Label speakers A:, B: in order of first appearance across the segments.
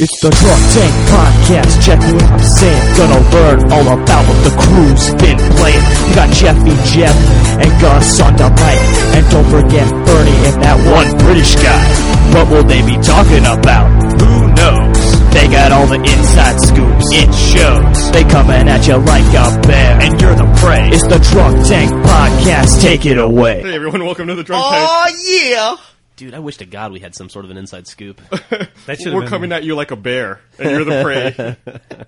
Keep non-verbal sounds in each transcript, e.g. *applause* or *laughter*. A: It's the Drunk Tank Podcast. Check what I'm saying. Gonna learn all about what the crew's been playing. You got Jeffy Jeff and Gus on the mic. And don't forget Bernie and that one British guy. What will they be talking about? Who knows? They got all the inside scoops. It shows. They coming at you like a bear. And you're the prey. It's the Drunk Tank Podcast. Take it away.
B: Hey everyone, welcome to the Drunk
C: Oh! yeah!
D: Dude, I wish to God we had some sort of an inside scoop.
E: That should
B: Tank.
E: have
B: We're *laughs*
E: been,
B: coming at you like a bear, and you're the prey.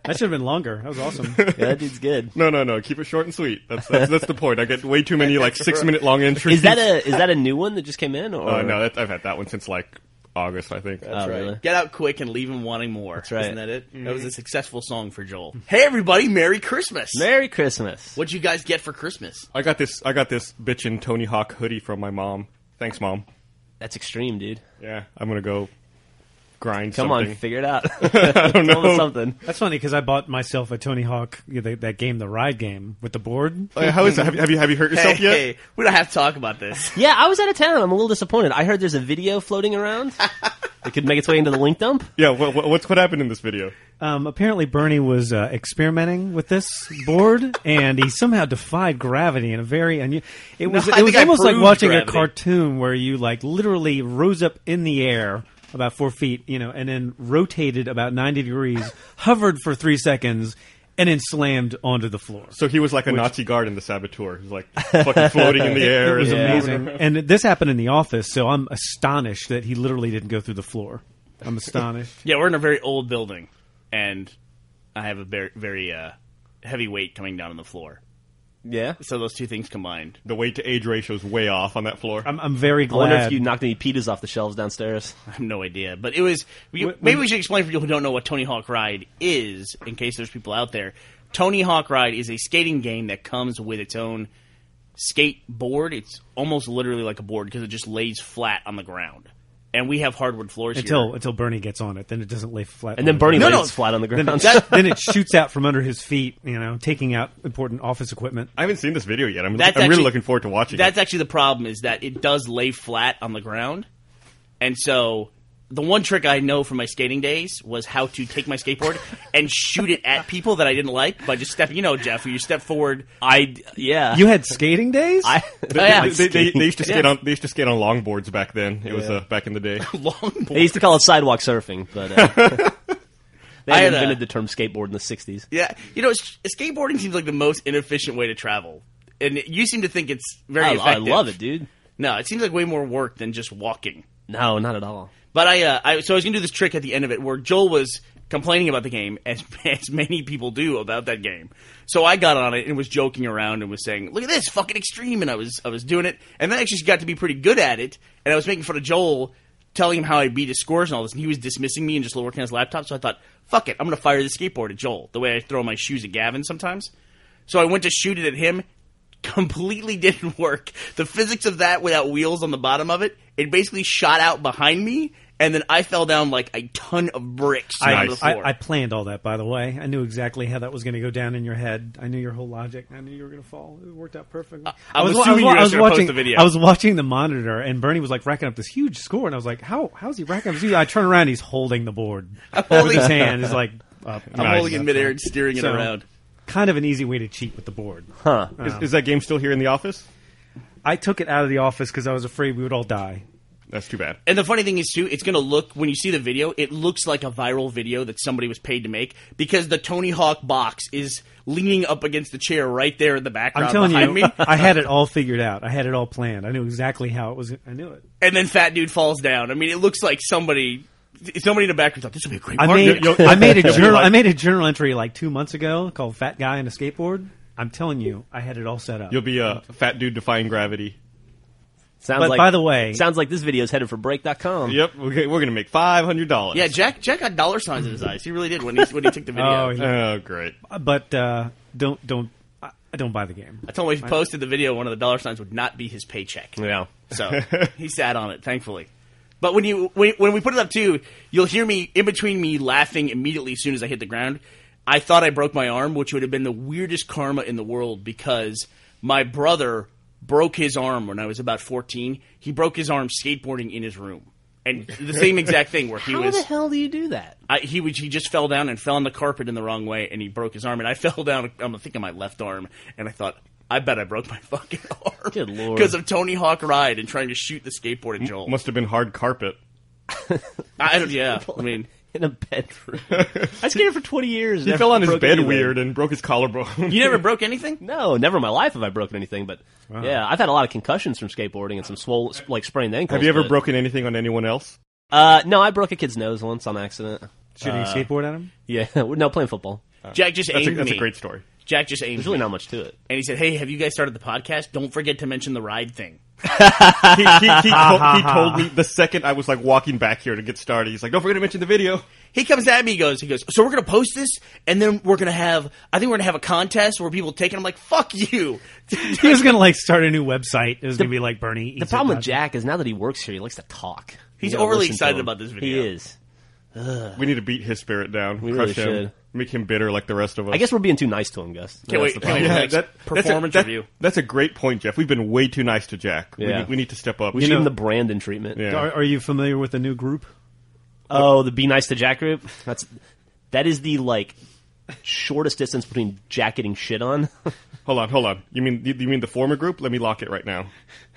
E: That should have been longer. That was awesome.
D: yeah, that dude's good.
B: no, no, no. Keep it short and sweet. That's that's, that's the point. I get way too many like six minute long entries.
D: Is that a is that *laughs* a new one that just came in? Or
B: Uh, no, that, I've had that one since like August, I think.
D: Oh, really?
C: Get out quick and leave him wanting more. That's Mm-hmm.
D: right.
C: Isn't that it? That was a successful song for Joel. Hey, everybody, Merry Christmas!
D: Merry Christmas.
C: What'd you guys get for Christmas?
B: I got this. I got this bitchin' Tony Hawk hoodie from my mom. Thanks, mom.
D: That's extreme, dude.
B: Yeah, I'm gonna go grind.
D: Come
B: something.
D: on, figure it out. I don't know something.
E: That's funny because I bought myself a Tony Hawk you know, that- that game, the ride game with the board.
B: Uh, how is that? Have, you- have you have you hurt yourself yet?
C: Hey, we don't have to talk about this.
D: Yeah, I was out of town. I'm a little disappointed. I heard there's a video floating *laughs* around. it could make its way into the link dump.
B: Yeah. What, what, what's what happened in this video?
E: Um, apparently, Bernie was uh, experimenting with this board, and he somehow defied gravity in a very unusual. It was
C: I
E: it was
C: think I
E: almost like
C: proved
E: watching
C: gravity.
E: a cartoon where you like literally rose up in the air about four feet, you know, and then rotated about ninety degrees, hovered for three seconds, and then slammed onto the floor.
B: So he was like a Nazi guard in the Saboteur. He's like fucking floating in the air.
E: It was
B: and moving
E: amazing. And this happened in the office, so I'm astonished that he literally didn't go through the floor. I'm astonished.
C: *laughs* Yeah, we're in a very old building, and I have a very, very uh, heavy weight coming down on the floor.
D: Yeah.
C: So those two things combined.
B: The weight to age ratio is way off on that floor.
E: I'm, I'm very
D: I wonder if
E: glad.
D: you knocked any pitas off the shelves downstairs.
C: I have no idea, but it was. We, maybe we should explain for people who don't know what Tony Hawk Ride is, in case there's people out there. Tony Hawk Ride is a skating game that comes with its own skateboard. It's almost literally like a board because it just lays flat on the ground, and we have hardwood floors
E: until
C: here.
E: until Bernie gets on it, then it doesn't lay flat.
D: And then
E: on the
D: Bernie
E: ground.
D: lays
C: no.
D: flat on the ground.
E: then it shoots out from under his feet, you know, taking out important office equipment.
B: I haven't seen this video yet. I'm,
C: That's
B: I'm really
C: actually-
B: looking forward to watching
C: That's
B: it.
C: actually the problem: is that it does lay flat on the ground, and so. The one trick I know from my skating days was how to take my skateboard and shoot it at people that I didn't like by just stepping. You know, Jeff, where you step forward.
D: I yeah.
E: You had skating days?
D: I,
B: They,
C: Oh, yeah.
B: they- they- they- they used to skate
C: Yeah.
B: on they used to skate on longboards back then. It was uh, back in the
C: *laughs*
B: day.
C: Longboard.
D: *laughs* they used to call it sidewalk surfing, but uh, they
C: I
D: had
C: had a-
D: invented the term skateboard in the '60s.
C: Yeah, you know, s- skateboarding seems like the most inefficient way to travel, and you seem to think it's very.
D: Oh, I, I
C: effective.
D: love it, dude.
C: No, it seems like way more work than just walking.
D: No, not at all.
C: But I, uh, I so I was gonna do this trick at the end of it where Joel was complaining about the game, as *laughs* as many people do about that game. So I got on it and was joking around and was saying, "Look at this, fucking extreme!" And I was I was doing it, and then I actually got to be pretty good at it. And I was making fun of Joel, telling him how I beat his scores and all this, and he was dismissing me and just working on his laptop. So I thought, "Fuck it, I'm gonna fire the skateboard at Joel." The way I throw my shoes at Gavin sometimes. So I went to shoot it at him. Completely *laughs* didn't work. The physics of that without wheels on the bottom of it, it basically shot out behind me, and then I fell down like a ton of bricks
E: I,
C: onto the
B: Nice.
C: floor.
E: I, I planned all that, by the way. I knew exactly how that was going to go down in your head. I knew your whole logic. I knew you were going to fall. It worked out perfectly.
C: I'm assuming you're just gonna post
E: watching
C: the video.
E: I was watching the monitor, and Bernie was like racking up this huge score, and I was like, "How? How's he racking up?" this huge-" I turn around, he's holding the board
D: *laughs*
E: with
C: holding-
E: his hand. He's like, up.
C: I'm holding it in midair and steering
E: So,
C: it around.
E: Kind of an easy way to cheat with the board.
D: Huh?
B: Is, is that game still here in the office?
E: I took it out of the office because I was afraid we would all die.
B: That's too bad.
C: And the funny thing is too, it's gonna look when you see the video, it looks like a viral video that somebody was paid to make because the Tony Hawk box is leaning up against the chair right there in the background
E: I'm telling you,
C: behind me.
E: *laughs* I had it all figured out. I had it all planned. I knew exactly how it was. I knew it.
C: And then fat dude falls down. I mean, it looks like somebody somebody in the background thought this would be a great
E: I
C: part.
E: made
B: you'll-
E: I made a
B: you'll be
E: journal.
B: like-
E: I made a journal entry like two months ago called "Fat Guy and a Skateboard." I'm telling you, I had it all set up.
B: You'll be a fat dude defying gravity.
D: Sounds
E: But
D: like
E: by the way-
D: sounds like this video is headed for break.com.
B: Yep, we're, gonna- we're gonna make five hundred dollars.
C: Yeah, Jack. Jack got dollar signs in his eyes. He really did when he when he took the video.
E: Oh, he-
B: Oh, great.
E: but uh, don't don't I I don't buy the game.
C: I told him if he posted the video, one of the dollar signs would not be his paycheck.
D: Yeah.
C: So he sat on it, thankfully. But when you when, when we put it up too, you'll hear me in between me laughing immediately as soon as I hit the ground. I thought I broke my arm, which would have been the weirdest karma in the world because my brother broke his arm when I was about 14. He broke his arm skateboarding in his room. and the same exact thing where he
D: How
C: was
D: the hell do you do that?
C: I, he was he just fell down and fell on the carpet in the wrong way and he broke his arm and I *laughs* fell down I'm thinking my left arm and I thought I bet I broke my *laughs* fucking arm
D: Good lord.
C: because of Tony Hawk ride and trying to shoot the skateboard at Joel.
B: Must have been hard carpet.
C: I don't. Yeah,
B: *laughs*
C: I mean.
D: In
C: *laughs*
D: a bedroom. I skated for 20 years.
B: He fell on his bed weird and broke his collarbone.
C: *laughs* You never broke anything?
D: No, never in my life have I broken anything. But yeah, I've had a lot of concussions from skateboarding and some swollen, sp- like sprained ankles.
B: have you ever
D: but-
B: broken anything on anyone else?
D: Uh, no, I broke a kid's nose once on accident.
E: Shooting
D: uh,
E: a skateboard at him? *laughs*
D: Yeah, *laughs* no, playing football.
C: Jack just
B: Uh, That's, a,
C: aimed
B: that's a
C: me.
B: great
C: *laughs*
B: story.
C: Jack just aimed
D: There's really
C: me.
D: not much to it.
C: and he said, "Hey, have you guys started the podcast? Don't forget to mention the ride thing."
B: He, he, he, told, he told me the second I was like walking back here to get started. He's like, "Don't forget to mention the video."
C: He comes at me. He goes. He goes. So we're gonna post this, and then we're gonna have. I think we're gonna have a contest where people take it. I'm like, "Fuck you."
E: He was gonna like start a new website. It was gonna be like Bernie.
D: The problem with Jack is now that he works here, he likes to talk.
C: He's
D: You gotta
C: overly
D: listen to
C: excited
D: him.
C: about this
D: He
C: video.
D: is.
B: We need to beat his spirit down.
D: We really
B: crush him.
D: should.
B: Make him bitter like the rest of us.
D: I guess we're being too nice to him, Gus.
C: Can't wait.
D: That's the
C: can't wait
D: problem.
C: for the
B: Yeah,
C: next
B: that- that's a-
C: performance
B: that-
C: review.
B: That's a great point, Jeff. We've been way too nice to Jack. We,
D: Yeah.
B: need- we need to step up.
D: We should give him the Brandon treatment.
B: Yeah.
E: Are, are you familiar with the new group?
D: Oh, the be nice to Jack group. That's that is the like shortest distance between Jack getting shit on. *laughs*
B: Hold on, hold on. You mean you, you mean the former group? Let me lock it right now.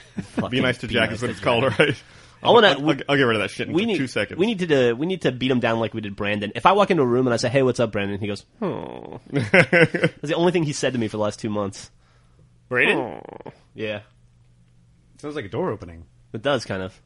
D: *laughs*
B: Be nice to
D: Be
B: Jack
D: nice
B: is what
D: to
B: it's called, all right?
D: I wanna-
B: I'll, I'll, I'll get rid of that shit in
D: we need
B: two seconds.
D: We need to uh, we need to beat him down like we did Brandon. If I walk into a room and I say, "Hey, what's up, Brandon?" He goes,
B: *laughs*
D: "Oh." That's the only thing he said to me for the last two months.
C: Brandon,
D: Yeah,
E: Sounds like a door opening.
D: it does kind of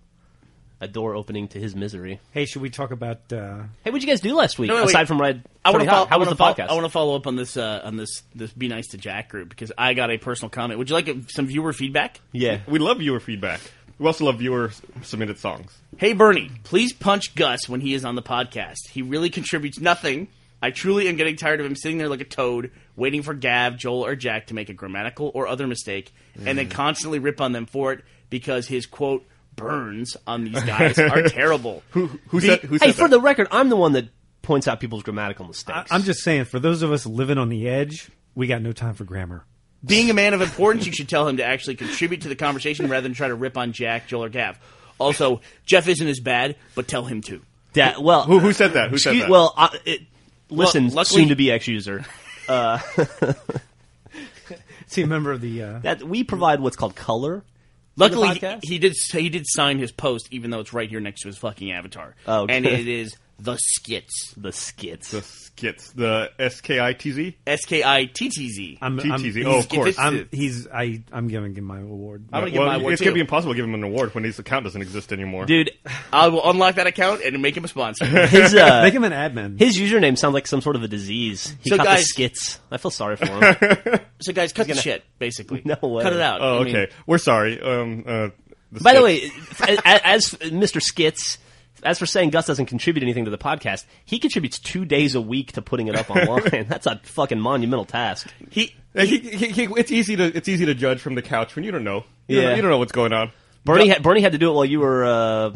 D: a door opening to his misery.
E: Hey, should we talk about? Uh,
D: Hey, what'd you guys do last week
C: No, no, wait.
D: aside from Red?
C: I want
D: Tony
C: to.
D: Hawk?
C: Follow,
D: How was
C: I
D: the
C: wanna follow-
D: podcast?
C: I want to follow up on this uh, on this this be nice to Jack group because I got a personal comment. Would you like a, some viewer feedback?
D: yeah,
B: We love viewer feedback. We also love viewer s- submitted songs.
C: Hey Bernie, please punch Gus when he is on the podcast. He really contributes nothing. I truly am getting tired of him sitting there like a toad, waiting for Gav, Joel, or Jack to make a grammatical or other mistake, and then constantly rip on them for it because his quote burns on these guys are terrible.
B: Who who said who said
D: Hey, for
B: that?
D: the record, I'm the one that points out people's grammatical
E: I,
D: mistakes.
E: I'm just saying, for those of us living on the edge, we got no time for grammar.
C: Being a man of importance, you should tell him to actually contribute to the conversation rather than try to rip on Jack, Joel, or Gav. Also, Jeff isn't as bad, but tell him to.
D: Da- well,
B: who who said that? Who said
D: Excuse,
B: that?
D: well, I, it, listen,
C: luckily-
D: soon to be ex user.
E: See, a member of the. Uh,
B: *laughs*
D: That we provide what's called color.
C: Luckily, he,
D: podcast?
C: he did he did sign his post, even though it's right here next to his fucking avatar.
D: Oh, okay.
C: and it is the skits,
D: The skits.
B: the skits, the S K I T Z.
C: S K I T T Z.
E: I'm,
B: TTZ.
E: I'm,
B: Oh, of course.
E: I'm, he's. I. I'm giving him my award.
C: I'm gonna give my
B: Well,
C: award
B: it's gonna
C: too.
B: be impossible to give him an award when his account doesn't exist anymore.
D: *laughs* Dude,
C: I will unlock that account and make him a
D: *laughs*
C: sponsor.
D: his
B: *laughs*
D: uh,
E: Make him an admin.
D: his username sounds like some sort of a disease. He
C: So
D: caught the
C: guys-
D: skits. I feel sorry
B: *laughs*
D: for him.
C: so guys, cut the shit. Basically,
D: No way.
C: cut it out.
B: oh,
C: I mean,
B: okay. We're sorry. Um, uh,
D: By the way, as, as Mr. Skits, as for saying Gus doesn't contribute anything to the podcast, he contributes two days a week to putting
B: *laughs*
D: it up online. That's a fucking monumental task.
C: he
B: Uh, he- he- he- it's easy to it's easy to judge from the couch when you don't know. You don't
D: Yeah.
B: know- you don't know what's going on.
D: Bernie had, Bernie had to do it while you were uh,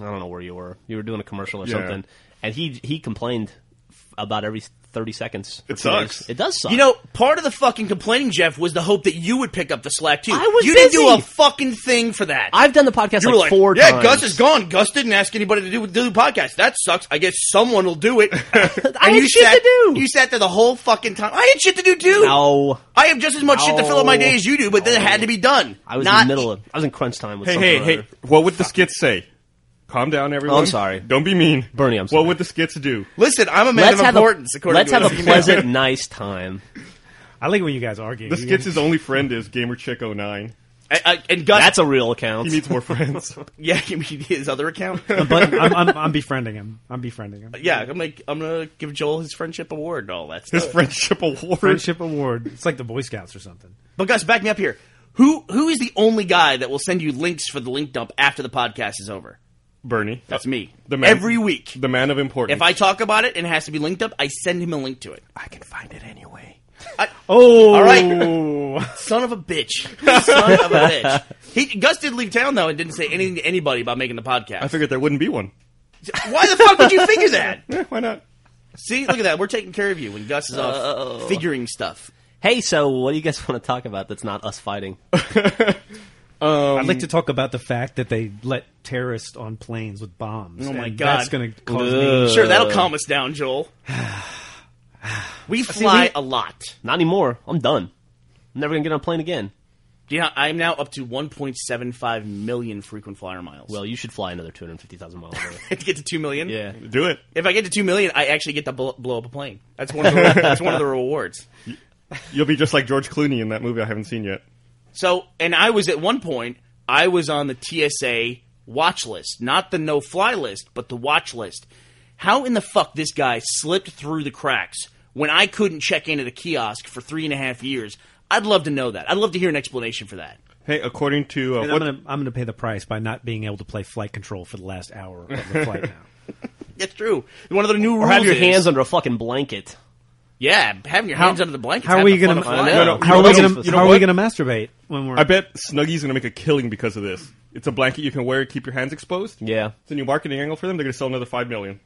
D: I don't know where you were. You were doing a commercial or
B: Yeah.
D: something, and he he complained f- about every thirty seconds. for
B: It
D: two days.
B: sucks.
D: It does suck.
C: You know, part of the fucking complaining, Jeff, was the hope that you would pick up the slack too.
D: I was
C: you didn't do
D: busy.
C: a fucking thing for that.
D: I've done the podcast
C: you
D: like,
C: were like,
D: four
C: yeah,
D: times.
C: Gus is gone. Gus didn't ask anybody to do, do the podcast. That sucks. I guess someone will do
D: *laughs*
C: it.
D: I
C: And
D: had
C: you
D: shit
C: sat,
D: to do.
C: You sat there the whole fucking time. I had shit to do too.
D: No,
C: I have just as much shit to fill up my
D: No.
C: day as you do, but then it had to be done.
D: I was
C: Not-
D: in the middle of. I was in crunch time. With
B: Hey,
D: something
B: hey,
D: or
B: hey!
D: other.
B: What would the skits say? Calm down, everyone.
D: sorry.
B: Don't be mean,
D: Bernie, I'm sorry.
B: What would the skits do?
C: Listen, I'm a man
D: Let's
C: of
D: have
C: importance.
D: a,
C: according
D: let's
B: *laughs*
C: to
D: have a
C: his email.
D: pleasant, nice time.
E: I like when you guys argue.
B: The
E: You
B: skits'
E: guys-
B: his only friend is Gamer Chick 09.
C: *laughs* I- I- and Gus,
D: That's a real account.
B: He needs more friends.
C: yeah, give me his other
D: *laughs*
C: account.
E: *laughs* But I'm,
B: *laughs*
E: I'm, I'm befriending him. I'm befriending
B: Uh,
E: him.
C: yeah, I'm like, I'm gonna give Joel his friendship award and all that
B: His
C: stuff.
B: friendship award.
E: Friendship award. It's like the Boy Scouts or something.
C: but Gus, back me up here. Who who is the only guy that will send you links for the link dump after the podcast is over?
B: Bernie.
C: That's me.
B: The man,
C: Every week.
B: The man of importance.
C: If I talk about it and it has to be linked up, I send him a link to it.
D: I can find it anyway.
E: Oh,
C: All right. *laughs* Son of a bitch. Son of a bitch. He, Gus did leave town, though, and didn't say anything to anybody about making the podcast.
B: I figured there wouldn't be one.
C: Why the fuck would you figure that?
B: Eh, why not?
C: See, look at that. We're taking care of you when Gus is off figuring stuff.
D: *laughs* Hey, so what do you guys want to talk about that's not us fighting?
B: Um,
E: I'd like to talk about the fact that they let terrorists on planes with bombs.
C: Oh my
E: and
C: God.
E: that's going to cause me.
C: Sure, that'll calm us down, Joel. We fly a lot.
D: Not anymore. I'm done. I'm never gonna get on a plane again.
C: Yeah, I'm now up to 1.75 million frequent flyer miles.
D: Well, you should fly another 250,000
B: *laughs*
D: miles. away.
C: *laughs* to get to 2 million?
D: yeah.
B: Do it.
C: If I get to 2 million, I actually get to bl- blow up a plane. That's one of the, that's one of the rewards.
B: You'll be just like George Clooney in that movie I haven't seen yet.
C: So, and I was at one point, I was on the TSA watch list, not the no fly list, but the watch list. How in the fuck this guy slipped through the cracks when I couldn't check in at a kiosk for three and a half years? I'd love to know that. I'd love to hear an explanation for that.
B: Hey, according to uh,
E: And
B: what,
E: I'm going to I'm gonna pay the price by not being able to play flight control for the last hour of the
B: *laughs*
E: flight now.
C: That's true. One of the new
D: Or
C: rules
D: have your
C: is-
D: hands under a fucking blanket.
C: Yeah, having your hands under the blanket.
E: How are we going to
D: fun of flying. No, no,
E: how are
D: you
E: we
D: know-
E: going
D: you
E: to
D: know
E: how are we
D: what?
E: going to masturbate when we're
B: I bet Snuggie's going to make a killing because of this. It's a blanket you can wear to keep your hands exposed.
D: Yeah.
B: It's a new marketing angle for them. They're going to sell another five million.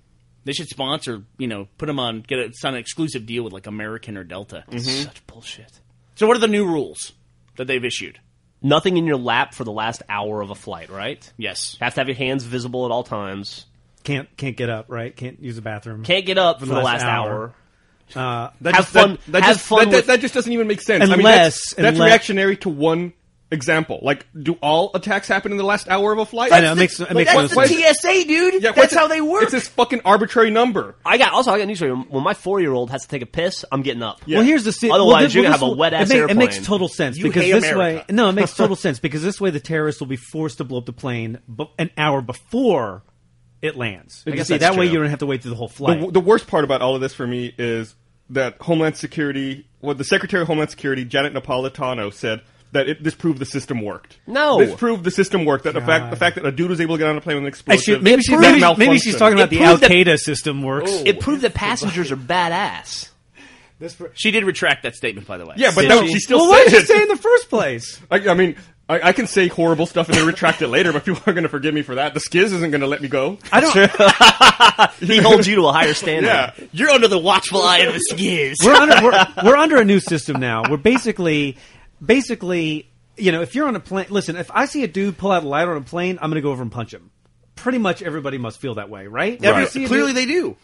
C: They should sponsor. You know, put them on. Get a, sign an exclusive deal with like American or Delta.
D: Mm-hmm. Such bullshit.
C: So, what are the new rules that they've issued?
D: Nothing in your lap for the last hour of a flight, right?
C: Yes.
D: Have to have your hands visible at all times.
E: can't can't get up, right? Can't use the bathroom.
D: Can't get up for the last, hour.
B: That
D: Have
B: just,
D: fun-
B: That, that
D: have
B: just,
D: fun
B: That, that-
D: with-
B: that just doesn't even make sense. I mean,
E: Unless-
B: that's, that's
E: unless-
B: reactionary to one example. Like, do all attacks happen in the last hour of a flight?
E: I know, it makes, it makes no
B: that's the
E: sense.
B: T-
C: TSA, dude.
B: Yeah, what's it- It's this fucking arbitrary number.
D: I got also I got news for you. When my four year old has to take a piss, I'm getting up.
E: Well, here's the si- well,
D: Otherwise,
E: thi-
D: you're
E: well,
D: gonna have
E: this
D: a wet
E: will-
D: ass
E: it, ma-
D: airplane.
E: it makes total sense
C: You
E: because
C: hate
E: this
C: America.
E: way, no, it
D: *laughs*
E: makes total sense because this way the terrorists will be forced to blow up the plane bu- an hour before it lands.
B: guess
E: See,
B: that's
E: that way
B: true.
E: you don't have to wait through the whole
B: The,
E: flight.
B: w- the worst part about all of this for me is that Homeland Security, well, the Secretary of Homeland Security, Janet Napolitano, said that it, this proved the system worked.
D: No.
B: this proved the system worked. That the fact, the fact that a dude was able to get on a plane with an
E: Actually,
B: explosive.
E: maybe, she's,
B: that
E: maybe, she- maybe she's
B: malfunctioned.
E: talking about
D: It
E: the Al
D: proved that-
E: Qaeda system works.
D: It proved that passengers are badass.
C: She did retract that statement, by the way.
B: Yeah, but
D: Did
B: that,
D: she?
B: she still
E: well, why did
B: said
E: you
B: it.
E: say in the first
D: *laughs*
E: place?
B: I, I mean, I, I can say horrible stuff and then retract it later, but *laughs* people aren't going to forgive me for that. The Skiz isn't going to let me go.
E: I don't.
D: He holds you to a higher standard.
B: Yeah.
C: you're under the watchful eye of the skiz.
E: we're under we're, we're under a new system now. We're basically basically you know if you're on a plane. Listen, if I see a dude pull out a lighter on a plane, I'm going to go over and punch him. Pretty much everybody must feel that way, right? Every- see a dude-
C: Clearly, they do.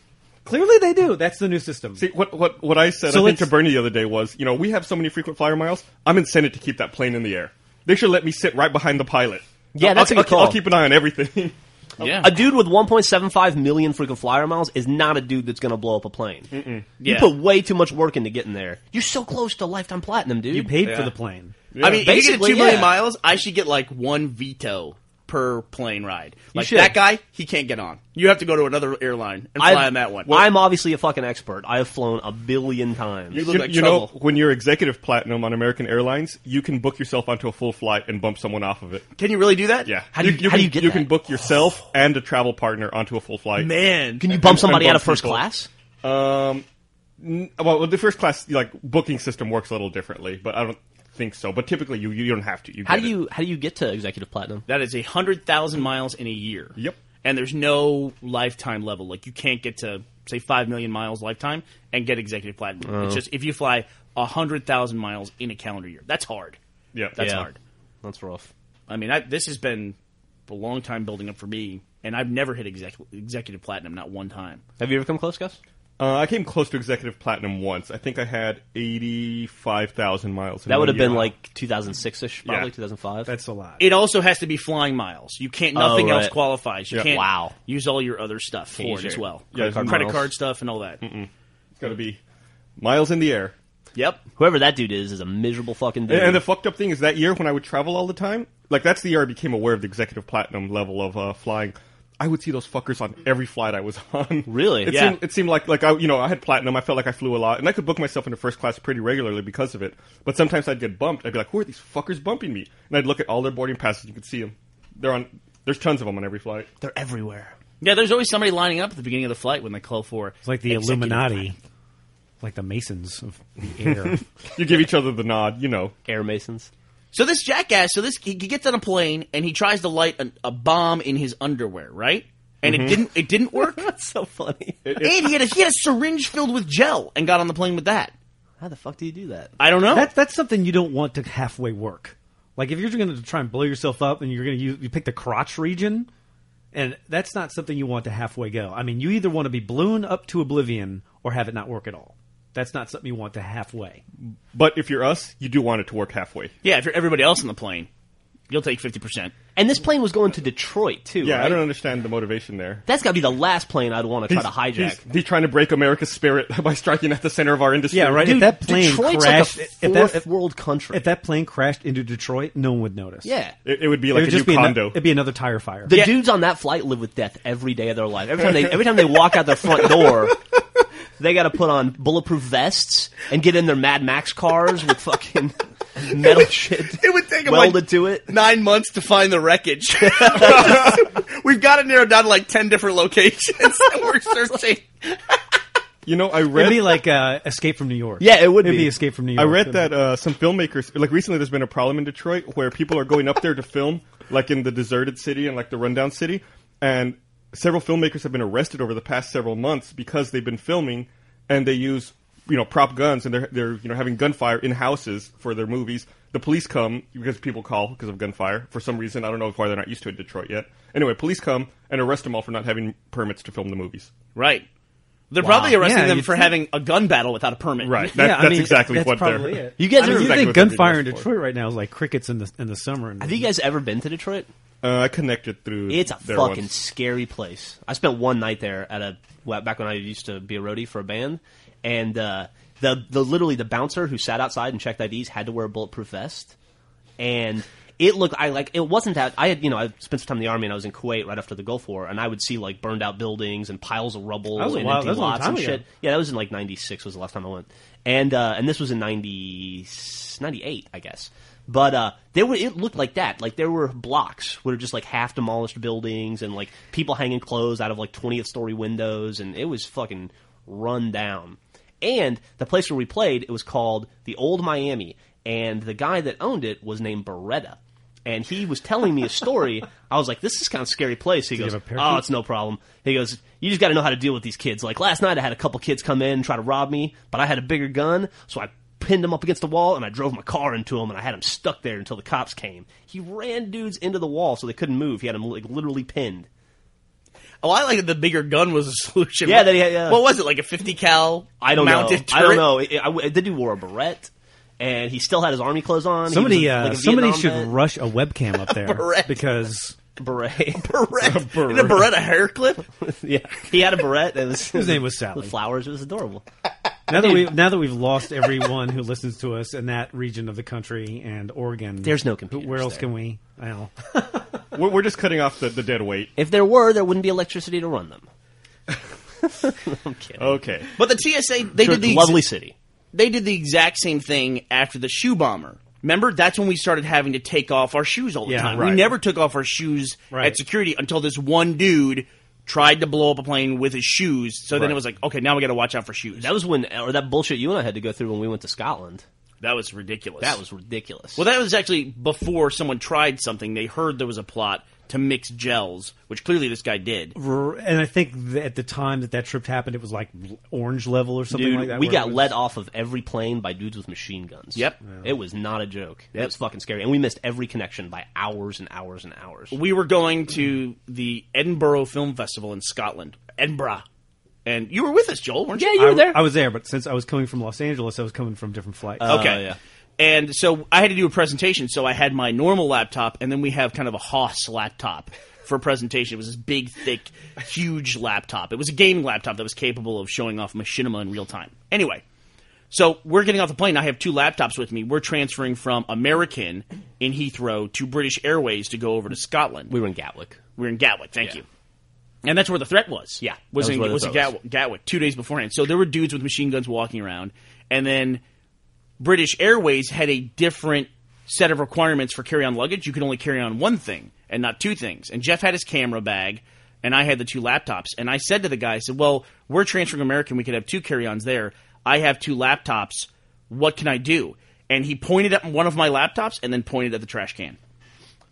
E: clearly they do. That's the new system.
B: See, what, what, what I said,
E: So
B: I think, to
E: let's-
B: Bernie the other day was, you know, we have so many frequent flyer miles, I'm incented to keep that plane in the air. They should let me sit right behind the pilot.
D: Yeah,
B: I'll-
D: that's a
B: I'll-
D: good call.
B: I'll keep an eye on
D: *laughs*
B: everything.
C: Yeah,
D: A dude with 1.75 million frequent flyer miles is not a dude that's going to blow up a plane.
C: Yeah.
D: You put way too much work into getting there. You're so close to lifetime platinum, dude.
E: you paid for the plane.
C: I mean, if you get to
D: basically,
C: two million
D: yeah.
C: miles, I should get like one veto per plane ride. Like
D: should.
C: that guy, he can't get on. You have to go to another airline and
D: I've-
C: fly on that one.
D: I'm obviously a fucking expert. I have flown a billion times.
C: You look
B: You,
C: like
B: you know,
C: trouble.
B: when you're executive platinum on American Airlines, you can book yourself onto a full flight and bump someone off of it.
C: Can you really do that?
B: Yeah.
D: How do you-
B: you
D: how
B: can,
D: do you get
B: can
D: that?
B: book yourself and a travel partner onto a full flight.
C: man.
D: Can you bump somebody
B: and
D: out
B: bump
D: of first
B: people.
D: class?
B: Um, n- well, the first class like booking system works a little differently, but I don't think so. But typically, you you don't have to. You
D: How
B: get
D: do
B: it.
D: you how do you get to executive platinum?
C: That is a hundred thousand miles in a year.
B: Yep.
C: And there's no lifetime level. Like you can't get to say five million miles lifetime and get executive platinum.
B: Oh.
C: It's just if you fly hundred thousand miles in a calendar year. That's hard.
B: Yeah,
C: That's
D: Yeah.
C: hard.
D: That's rough.
C: I mean, I, this has been a long time building up for me, and I've never hit exec, executive platinum, not one time.
D: Have you ever come close, Gus?
B: Uh, I came close to executive platinum once. I think I had eighty five thousand miles. in
D: That
B: one
D: would have been
B: year.
D: like 2006 ish, probably
B: Yeah.
D: 2005.
E: That's a lot.
C: It also has to be flying miles. You can't. Nothing
D: Oh, right.
C: else qualifies. You
B: Yeah.
C: can't
D: Wow.
C: use all your other stuff for
D: use
C: it as
D: your
C: well.
B: Yeah,
C: credit,
B: credit
C: card,
D: miles.
C: stuff and all that.
B: it's got to be miles in the air.
C: Yep.
D: Whoever that dude is is a miserable fucking dude.
B: And, and the fucked up thing is that year when I would travel all the time, like that's the year I became aware of the executive platinum level of uh, flying. I would see those fuckers on every flight I was *laughs* on.
D: Really?
B: It
D: Yeah.
B: seemed it seemed like like I you know I had platinum. I felt like I flew a lot, and I could book myself into first class pretty regularly because of it. But sometimes I'd get bumped. I'd be like, "Who are these fuckers bumping me?" And I'd look at all their boarding passes. You could see them. They're on. There's tons of them on every flight.
D: They're everywhere.
C: Yeah, there's always somebody lining up at the beginning of the flight when they call for.
E: It's like the
C: executive
E: Illuminati,
C: platinum.
E: like the Masons of the air.
B: You give each other the nod. You know.
D: Air Masons.
C: So this jackass, so this he he gets on a plane and he tries to light a, a bomb in his underwear, right? And
D: Mm-hmm.
C: it didn't. It didn't
D: *laughs*
C: work.
D: That's so funny.
C: and he had a, he had a syringe filled with gel and got on the plane with that.
D: How the fuck do you do that?
C: I don't know.
E: that, that's something you don't want to halfway work. Like if you're going to try and blow yourself up and you're going to use you pick the crotch region, and that's not something you want to halfway go. I mean, you either want to be blown up to oblivion or have it not work at all. That's not something you want to halfway.
B: But if you're us, you do want it to work halfway.
C: Yeah, if you're everybody else on the plane, you'll take fifty percent.
D: And this plane was going to Detroit too.
B: Yeah, I
D: right?
B: don't understand the motivation there.
D: That's got to be the last plane I'd want to try to
B: He's,
D: hijack.
B: he's trying to break America's spirit *laughs* by striking at the center of our industry.
E: Yeah, right.
D: Dude,
E: if that plane
D: Detroit's
E: crashed,
D: like a
E: if
D: fourth
E: that if,
D: world country.
E: if that plane crashed into Detroit, no one would notice.
D: yeah.
B: It, it would be
E: it would
B: like a new
E: just be ano-
B: condo.
E: it'd be another tire fire.
D: The dudes on that flight live with death every day of their life. Every time they every time they walk out their front door, they got to put on bulletproof vests and get in their Mad Max cars with fucking *laughs* metal shit
C: It would take 'em,
D: welded
C: like,
D: to it.
C: nine months to find the *laughs* wreckage. We've got it narrowed down to like ten different locations *laughs* that we're searching.
B: you know, I
E: It'd
B: read
E: be like uh, Escape from New York.
D: Yeah, it would
E: It'd
D: be.
E: be Escape from New
B: I
E: York.
B: read that uh, some filmmakers, like recently, there's been a problem in Detroit where people are going up there to film, like in the deserted city and like the rundown city, and several filmmakers have been arrested over the past several months because they've been filming and they use you know prop guns and they're they're you know having gunfire in houses for their movies. The police come because people call because of gunfire for some reason. I don't know why they're not used to it in Detroit yet. Anyway, police come and arrest them all for not having permits to film the movies.
C: Right. They're probably arresting
E: Yeah,
C: them
E: you'd
C: for
E: think-
C: having a gun battle without a permit. *laughs*
B: Right. That,
E: Yeah, I
B: that's
E: mean,
B: exactly
E: that's
B: what
E: probably
B: they're.
E: it.
D: You guys
E: I
D: are-
E: mean, you
B: Exactly
E: think
B: what they're being
E: gunfire in
B: used for.
E: Detroit right now is like crickets in the in the summer. And
D: Have you guys ever been to Detroit?
B: Uh, I connected through.
D: It's a
B: there
D: fucking
B: once.
D: scary place. I spent one night there at a well, back when I used to be a roadie for a band, and uh, the the literally the bouncer who sat outside and checked IDs had to wear a bulletproof vest, and it looked I like it wasn't that I had you know I spent some time in the army and I was in Kuwait right after the Gulf War and I would see like burned out buildings and piles of rubble
E: That was a
D: and
E: while-
D: empty
E: that was a long
D: lots
E: time
D: and
E: ago.
D: shit. Yeah, that was in like '96 was the last time I went, and uh, and this was in 90, 98, I guess. But uh, there were it looked like that. Like there were blocks where just like half demolished buildings and like people hanging clothes out of like 20th story windows, and it was fucking run down. And the place where we played, it was called the Old Miami, and the guy that owned it was named Beretta. And he was telling me a
E: *laughs*
D: story. I was like, "This is kind of a scary place." He goes,
E: have a parachute?
D: "Oh, it's no problem." He goes, "You just got to know how to deal with these kids." Like last night, I had a couple kids come in and try to rob me, but I had a bigger gun, so I pinned them up against the wall and I drove my car into them and I had them stuck there until the cops came. He ran dudes into the wall so they couldn't move. He had them like literally pinned.
C: Oh, I like that the bigger gun was a solution.
D: Yeah, that he had- yeah.
C: What was it like a fifty cal?
D: I don't
C: mounted
D: know. I don't
C: turret?
D: know. It, it, I, it- the dude wore a beret and he still had his army clothes on. He was
E: somebody
D: a- like
E: uh,
D: a
E: somebody
D: Vietnam
E: should
D: vet.
E: rush a webcam
D: *laughs*
E: up there
C: Correct.
E: because
D: beret.
C: *laughs* Beretta. In a Beretta hair
D: *laughs*
C: clip.
D: yeah, he had a beret. It
C: *laughs*
D: was,
E: His name was Sally.
D: With flowers. It was adorable.
E: now that we now that we've lost everyone who listens to us in that region of the country and Oregon,
D: There's no
E: who-
D: computers
E: Where else
D: there.
E: can we? Well,
B: We're, we're just cutting off the, the dead weight.
D: If there were, there wouldn't be electricity to run them. I'm kidding.
B: Okay.
C: But the TSA they
D: Sure,
C: did the ex-
D: lovely city.
C: they did the exact same thing after the shoe bomber. Remember, that's when we started having to take off our shoes all the
E: Yeah,
C: time. We
E: right.
C: never took off our shoes
E: Right.
C: at security until this one dude tried to blow up a plane with his shoes. So then
B: Right.
C: it was like, okay, now we got to watch out for shoes.
D: That was when, or that bullshit you and I had to go through when we went to Scotland.
C: That was ridiculous.
D: That was ridiculous.
C: well. That was actually before someone tried something. They heard there was a plot to mix gels, which clearly this guy did.
E: r- and I think that at the time that that trip happened, it was like orange level or something
D: dude,
E: like that.
D: we
E: where it
D: got
E: was-
D: let off of every plane by dudes with machine guns.
C: Yep.
D: it was not a joke. It was fucking scary, and we missed every connection by hours and hours and hours.
C: we were going to the Edinburgh Film Festival in Scotland, Edinburgh, and you were with us, Joel, weren't you?
D: Yeah, you were
E: I,
D: there.
E: I was there, but since I was coming from Los Angeles, I was coming from different flights.
C: Okay.
D: yeah.
C: Uh, And so I had to do a presentation. So I had my normal laptop, and then we have kind of a Haas laptop for a presentation. It was this big, thick, huge laptop. It was a gaming laptop that was capable of showing off machinima in real time. Anyway, so we're getting off the plane. I have two laptops with me. We're transferring from American in Heathrow to British Airways to go over to Scotland.
D: we were in Gatwick.
C: We were in Gatwick. Thank you. And that's where the threat was.
D: Yeah,
C: was
D: that was
C: in
D: where the
C: was in
D: threat was.
C: Gatwick, Gatwick two days beforehand. So there were dudes with machine guns walking around, and then British Airways had a different set of requirements for carry-on luggage. You could only carry on one thing and not two things. And Jeff had his camera bag, and I had the two laptops. And I said to the guy, I said, "Well, we're transferring American. We could have two carry-ons there. I have two laptops. What can I do?" And he pointed at one of my laptops and then pointed at the trash can.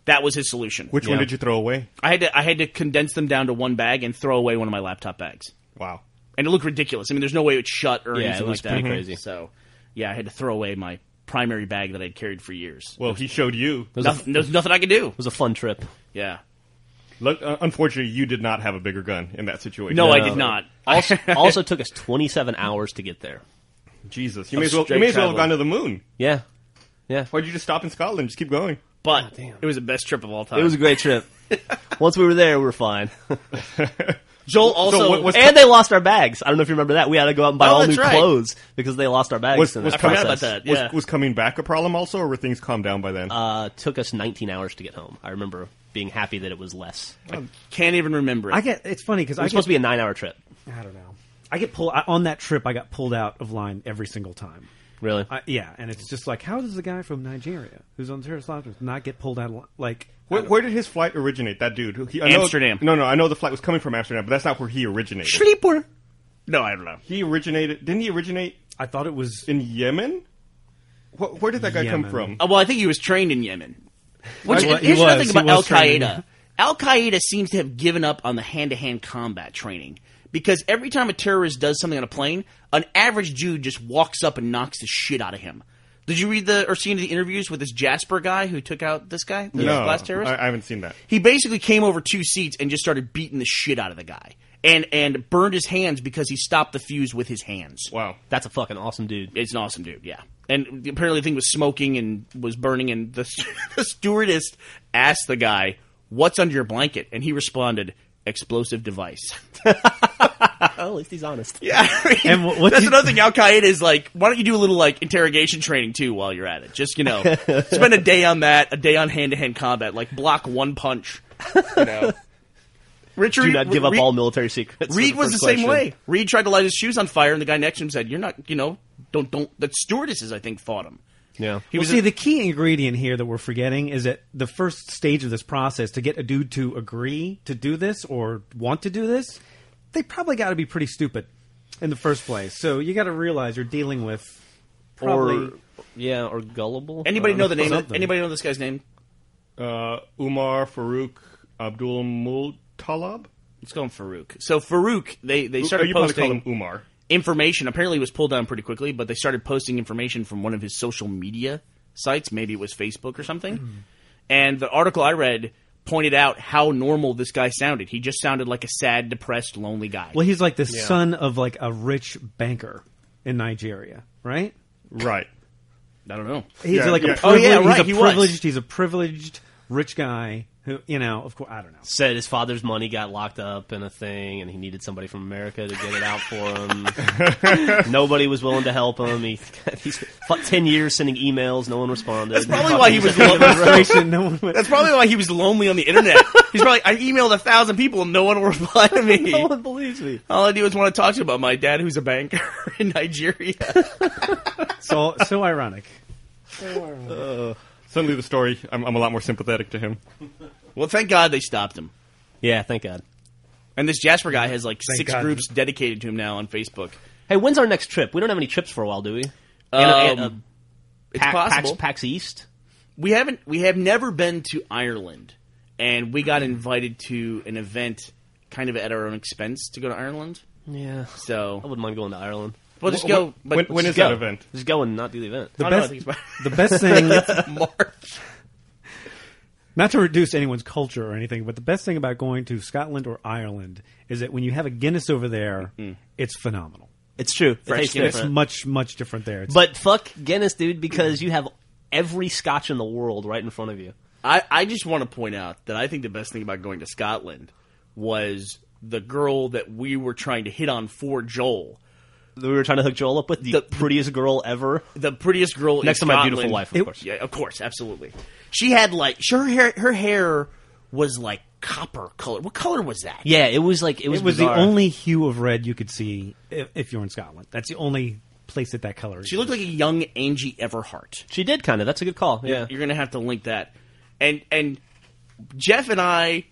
C: That was his solution.
B: Which one did you throw away?
C: I had to I had to condense them down to one bag and throw away one of my laptop bags,
B: Wow.
C: and it looked ridiculous. I mean, there's no way it would shut or
D: Yeah,
C: anything
D: it was
C: like that.
D: pretty crazy.
C: So, yeah, I had to throw away my primary bag that I'd carried for years.
B: Well, he showed you.
D: was, a,
C: Nothing,
D: *laughs*
C: there's nothing I could do.
D: was a fun *laughs* trip.
C: Yeah.
B: Look, uh, unfortunately, you did not have a bigger gun in that situation.
C: No, I did
D: *laughs*
C: not.
D: Also, also took us 27 hours to get there.
B: Jesus, you may as well you may as well have
C: Straight
B: gone to the moon.
D: Yeah, yeah.
B: Why'd you just stop in Scotland? Just keep going.
C: But it was the best trip of all time.
D: It was a great trip. *laughs* Once we were there, we were *laughs* fine.
C: Joel also
B: what- what's-
D: and they lost our bags. I don't know if you remember that. We had to go out and buy
C: Oh,
D: all
C: that's
D: new
C: right.
D: clothes because they lost our bags.
B: Was,
D: in
B: was
D: that
B: coming
C: forgot about
D: process.
C: that.
B: Was,
C: yeah.
B: was coming back a problem also, or were things calmed down by then?
D: Uh, took us 19 hours to get home. I remember being happy that it was less. It
C: can't even remember it.
E: I get it's funny because I
D: was
E: get,
D: supposed to be a nine-hour trip.
E: I don't know. I get pulled I, on that trip. I got pulled out of line every single time.
D: Really?
E: I, yeah, and it's just like how does the guy from Nigeria who's on terrorist lodgers not get pulled out of line? Like
B: where, where did his flight originate? That dude. who- He, I know-
C: Amsterdam.
B: No, no, I know the flight was coming from Amsterdam, but that's not where he originated.
C: no, I don't know.
B: He originated. Didn't he originate
E: I thought it was
B: in Yemen? Wh- where did that guy come
E: Yemen.
B: from?
C: Uh, well, I think he was trained in Yemen. Which
E: He wa- he
C: here's another
E: was,
C: thing
E: he
C: about Al
E: was trained in-
C: Qaeda. Al Qaeda seems to have given up on the hand-to-hand combat training because every time a terrorist does something on a plane, an average Jew just walks up and knocks the shit out of him. Did you read the or see any of the interviews with this Jasper guy who took out this guy, the
B: no,
C: last terrorist?
B: I, I haven't seen that.
C: he basically came over two seats and just started beating the shit out of the guy and and burned his hands because he stopped the fuse with his hands.
B: Wow.
D: That's a fucking awesome dude.
C: It's an awesome dude, yeah. And apparently the thing was smoking and was burning, and the, *laughs* the stewardess asked the guy, What's under your blanket? And he responded, Explosive device.
D: Oh, at least he's honest.
C: *laughs* Yeah. I mean,
E: And wh- what's
C: that's
E: he-
C: another thing. Al Qaeda is like, Why don't you do a little like interrogation training too while you're at it? Just, you
D: *laughs*
C: know, spend a day on that, a day on hand to hand combat, like block one punch. You
D: *laughs*
C: know. Richard,
D: Do not give up
C: Reed-
D: all military secrets.
C: Reed
D: the
C: was the
D: first
C: same
D: question.
C: way. Reed tried to light his shoes on fire, and the guy next to him said, "You're not, you know, don't, don't." The stewardesses, I think, fought him.
D: Yeah.
C: He
E: well,
C: was
E: see, the key ingredient here that we're forgetting is that the first stage of this process to get a dude to agree to do this or want to do this, they probably got to be pretty stupid in the first place. So you got to realize you're dealing with probably
D: Or yeah, or gullible.
C: Anybody know the name?
E: Something.
C: Anybody know this guy's name?
B: Uh, Umar Farouk Abdul Multalab.
C: Let's go on Farouk. So Farouk, they they
B: Oh,
C: started
B: you probably call him
C: posting
B: Umar.
C: information. Apparently, it was pulled down pretty quickly, but they started posting information from one of his social media sites. Maybe it was Facebook or something.
B: Hmm.
C: And the article I read pointed out how normal this guy sounded. He just sounded like a sad, depressed, lonely guy.
E: well, he's like the son of like a rich banker in Nigeria, right?
B: Right.
C: I don't know.
E: He's
B: Yeah,
E: like
B: yeah.
E: a
B: Oh,
E: privileged,
C: yeah, right, he
E: he's a
C: was.
E: privileged, he's a privileged rich guy who you know, of course, I don't know.
D: said his father's money got locked up in a thing, and he needed somebody from America to get it out
C: *laughs*
D: for him. Nobody was willing to help him. He, he spent ten years sending emails. No one responded.
B: *laughs*
D: That's
C: Probably why he was. lonely. *laughs*
E: Frustration, no one would- *laughs*
C: That's probably why he was lonely on the internet. He's probably I emailed a thousand people and no one will reply to me.
B: *laughs*
D: No one believes me.
C: All I do is want to talk to you about my dad, who's a banker *laughs* in
B: *laughs*
C: Nigeria.
E: so so ironic.
B: Suddenly, the story. I'm, I'm a lot more sympathetic to him.
C: well, thank God they stopped him.
D: Yeah, thank God.
C: And this Jasper guy has like
E: Thank
C: six
E: God.
C: groups dedicated to him now on Facebook.
D: Hey, when's our next trip? We don't have any trips for a while, do we?
C: Um,
D: uh,
C: It's
D: Pa- Pax-
C: possible
D: PAX East.
C: we haven't we have never been to Ireland, and we got invited to an event kind of at our own expense to go to Ireland.
D: Yeah,
C: So
D: I wouldn't mind going to Ireland.
C: we'll just
B: Wh-
C: go.
B: wh-
C: But
B: when- when
C: just
B: is that
C: go.
B: event?
D: Just go and not do the event.
E: The
C: Oh, no, I
E: best,
C: think it's
E: the best thing
C: March.
E: *laughs* not to reduce anyone's culture or anything, but the best thing about going to Scotland or Ireland is that when you have a Guinness over there, it's phenomenal.
D: *laughs* It's true. It tastes
C: Guinness.
E: It's
D: different.
E: much much different there. It's,
D: But fuck Guinness, dude, because you have every scotch in the world right in front of you.
C: I, I just want to point out that I think the best thing about going to Scotland was the girl that we were trying to hit on for Joel.
D: We were trying to hook Joel up with the,
C: The-
D: prettiest girl ever.
C: The prettiest girl in
D: Next to my
C: Scotland-
D: beautiful wife, of
E: It-
D: course.
C: Yeah, of course, absolutely. She had like sure her hair her hair was like copper color. What color was that?
D: Yeah, it was like it was,
E: it was
D: bizarre.
E: the only hue of red you could see if, if you're in Scotland. That's the only place that that color.
C: She looked like a young Angie Everhart.
D: *laughs* She did kind of. That's a good call. Yeah,
C: You're gonna have to link that. And and Jeff and I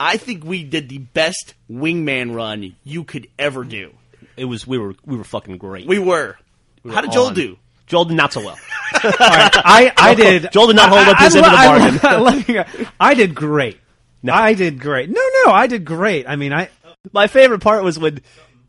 C: I think we did the best wingman run you could ever do.
D: it was. We were we were fucking great.
C: We were. How did Joel do?
D: Joel did not so *laughs* well.
E: *laughs* I I did.
D: Joel did not hold up his end of the bargain.
E: *laughs* I, bargain. I did great. I did great. No, no, I did great. I mean, I
D: My favorite part was when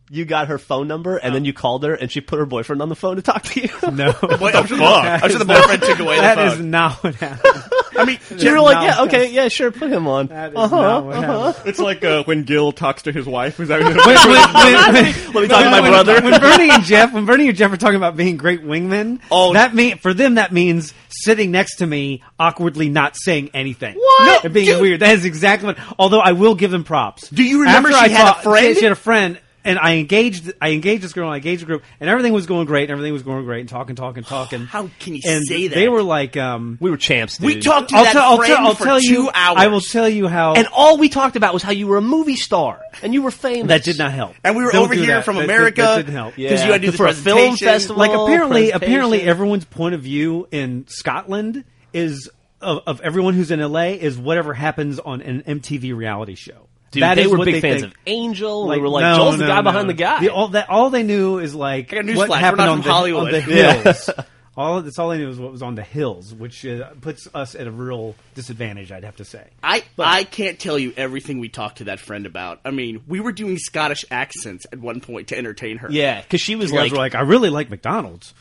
D: you got her phone number and then you called her and she put her boyfriend on the phone to talk to you. *laughs*
E: No,
C: Boy, I'm, sure the, Oh, I'm sure the boyfriend took away the
E: *laughs* that
C: phone.
E: is not what happened.
C: I mean,
D: you were
E: No.
D: like, yeah, Uh, okay, yeah, sure, put him on.
E: That is not what happened.
B: It's like uh, when Gil talks to his wife. Is that
E: When,
C: *laughs*
E: when, when, when,
D: Let me talk to my
E: when-
D: brother.
E: When Bernie and Jeff, when Bernie and Jeff are talking about being great wingmen,
C: Oh.
E: that mean for them that means sitting next to me awkwardly, not saying anything.
C: What?
E: And being
C: Dude.
E: weird. That is exactly what. Although I will give them props.
C: Do you remember
E: After
C: she
E: I
C: had a
E: saw-
C: friend?
E: She, she had a friend. And I engaged, I engaged this girl, I engaged the group, and everything was going great, and everything was going great, and talking, talking, talking.
C: How can you
E: and
C: say that?
E: They were like, um,
D: We were champs, dude.
C: we talked to
E: I'll,
C: that
E: tell, I'll,
C: friend
E: tell, I'll
C: for
E: tell
C: two
E: you,
C: hours.
E: I will tell you how,
D: and all we talked about was how you were a movie star and you were famous.
E: that did not help.
C: And we were
E: Don't
C: over
E: do
C: here
E: that.
C: from
E: That did-
C: America
E: That didn't help.
C: because you had to do this
D: For a film
C: presentation.
D: festival.
E: like apparently
D: presentation.
E: apparently everyone's point of view in Scotland is of, of everyone who's in LA is whatever happens on an MTV reality show.
D: Dude,
E: That
D: they
E: is
D: were
E: what
D: big
E: they
D: fans
E: think.
D: of Angel. we were like, Joel's the guy behind the guy.
E: all, that, all they knew is like
C: got a news
E: what
C: flash. We're
E: happened
C: not
E: on
C: from
E: the,
C: Hollywood.
E: on the
D: Yeah.
E: hills. *laughs* all that's all they knew was what was on the hills, which uh, puts us at a real disadvantage. I'd have to say.
C: I I can't tell you everything we talked to that friend about. I mean, we were doing Scottish accents at one point to entertain her.
D: yeah, because she was
E: You guys
D: like,
E: were like, I really
D: *laughs*
E: like McDonald's.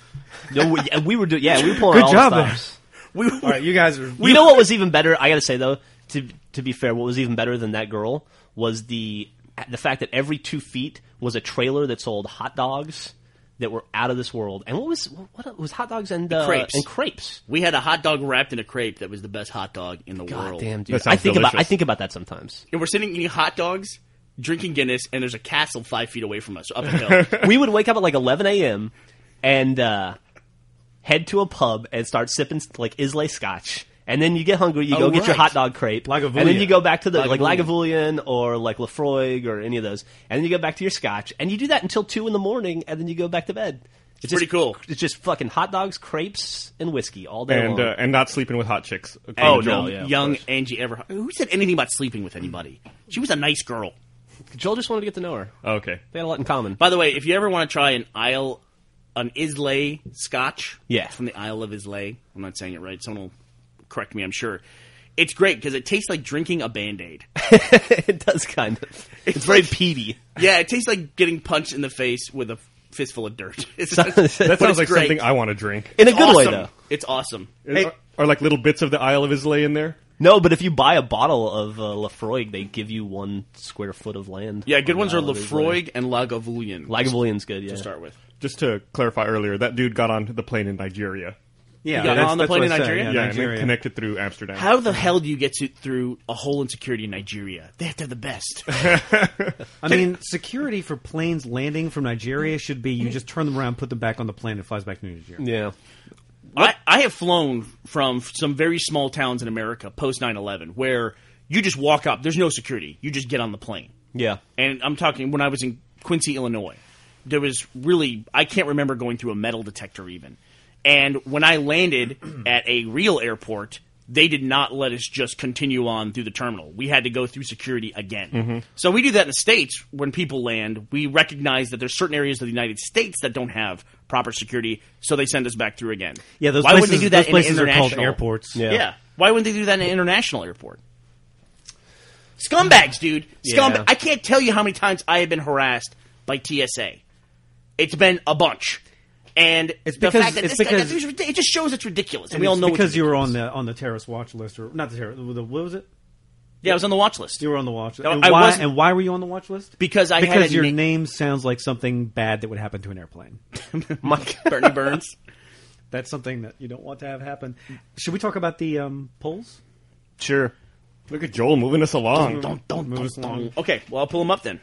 D: no, we, and we were doing, yeah, we *laughs* were pulling
E: Good
D: all
E: job,
D: the
E: man.
D: stops.
C: we
E: All right, you guys are.
D: you know what was even better? I got to say though, to to be fair, what was even better than that girl was the the fact that every two feet was a trailer that sold hot dogs that were out of this world. And what was what it was hot dogs and uh,
C: crepes.
D: and crepes?
C: we had a hot dog wrapped in a crepe that was the best hot dog in the
D: God
C: world.
D: damn, dude!
B: That
D: I
B: sounds
D: think about I
B: delicious.
D: think about that sometimes.
C: And we're sitting eating hot dogs, drinking Guinness, and there's a castle five feet away from us up a
D: *laughs*
C: hill.
D: we would wake up at like 11 a.m. and uh, head to a pub and start sipping like Islay Scotch. And then you get hungry, you go
C: Oh,
D: get your
C: right.
D: hot dog crepe,
E: Lagavulin.
D: and then you go back to the like
E: Lagavulin.
D: Lagavulin or like Lafroig or any of those, and then you go back to your Scotch, and you do that until two in the morning, and then you go back to bed. It's, just-
C: pretty cool.
D: It's just fucking hot dogs, crepes, and whiskey all day
B: and
D: long.
B: uh, and not sleeping with hot chicks. according
C: Oh
B: to Joel.
C: no,
D: yeah, of
C: young
D: course.
C: Angie Ever. Who said anything about sleeping with anybody? She was a nice girl.
D: Joel just wanted to get to know her.
B: Okay.
D: They had a lot in common. *laughs*
C: By the way, if you ever want to try an Isle, an Islay Scotch,
D: Yeah.
C: it's from the Isle of Islay. I'm not saying it right. Someone will correct me. I'm sure. It's great because it tastes like drinking a band
D: *laughs*
C: aid.
D: it does kind of. It's very peaty.
C: yeah, it tastes like getting punched in the face with a fistful of *laughs*
D: *laughs*
C: dirt. It's,
B: That sounds like something I want to drink.
D: in a good way though.
C: It's awesome.
B: Are, are like little bits of the Isle of Islay in there?
D: No, but if you buy a bottle of uh, Lafroig, they give you one square foot of land.
C: Yeah, good
D: on
C: ones are
D: the island of Islay.
C: Lefroig and Lagavulin.
D: Lagavulin's good. Yeah,
C: to start with.
B: Just to clarify earlier, that dude got on the plane in Nigeria.
E: Yeah,
C: got
E: that's-
C: on the
E: that's
C: plane
E: what
C: in
E: I said,
C: Nigeria?
E: Yeah,
B: Yeah, and
E: Nigeria.
B: then connected through Amsterdam.
C: How the hell do you get to, through a hole in security in Nigeria? They have to have the best.
D: *laughs*
E: I mean, security for planes landing from Nigeria should be you just turn them around, put them back on the plane, and it flies back to Nigeria.
D: yeah.
C: I, I have flown from some very small towns in America post 9 11 where you just walk up, there's no security. You just get on the plane.
D: Yeah.
C: And I'm talking when I was in Quincy, Illinois, there was really, I can't remember going through a metal detector even. And when I
E: *clears throat*
C: landed at a real airport, they did not let us just continue on through the terminal. We had to go through security again.
E: Mm-hmm.
C: So we do that in the States when people land. We recognize that there's certain areas of the United States that don't have proper security, so they send us back through again.
E: Yeah, those
C: Why
E: places,
C: wouldn't they do that
E: those places
C: in
E: are called
C: international
E: airports.
D: Yeah.
C: Yeah. Why wouldn't they do that in an international airport? Scumbags, dude. Scumb-
D: Yeah.
C: I can't tell you how many times I have been harassed by TSA. It's been a bunch. And
E: It's
C: the
E: because-
C: fact that
E: it's
C: this guy-
E: because-
C: that's- it just shows it's ridiculous. And,
E: And
C: we all
E: it's
C: know it's
E: because you were
C: ridiculous.
E: on the on the terrorist watch list, or not the terrorist. The, what was it?
C: Yeah, I was on the watch list.
E: You were on the watch.
C: No,
E: and
C: I
E: why?
C: wasn't-
E: And why were you on the watch list?
C: Because I had
E: because
C: a
E: your
C: na- *laughs*
E: name sounds like something bad that would happen to an airplane.
D: Mike.
C: Bernie Burns.
E: That's something that you don't want to have happen. Should we talk about the um, polls?
D: sure.
B: Look at Joel moving us along.
E: Don't move us along.
C: Okay, well I'll pull him up then.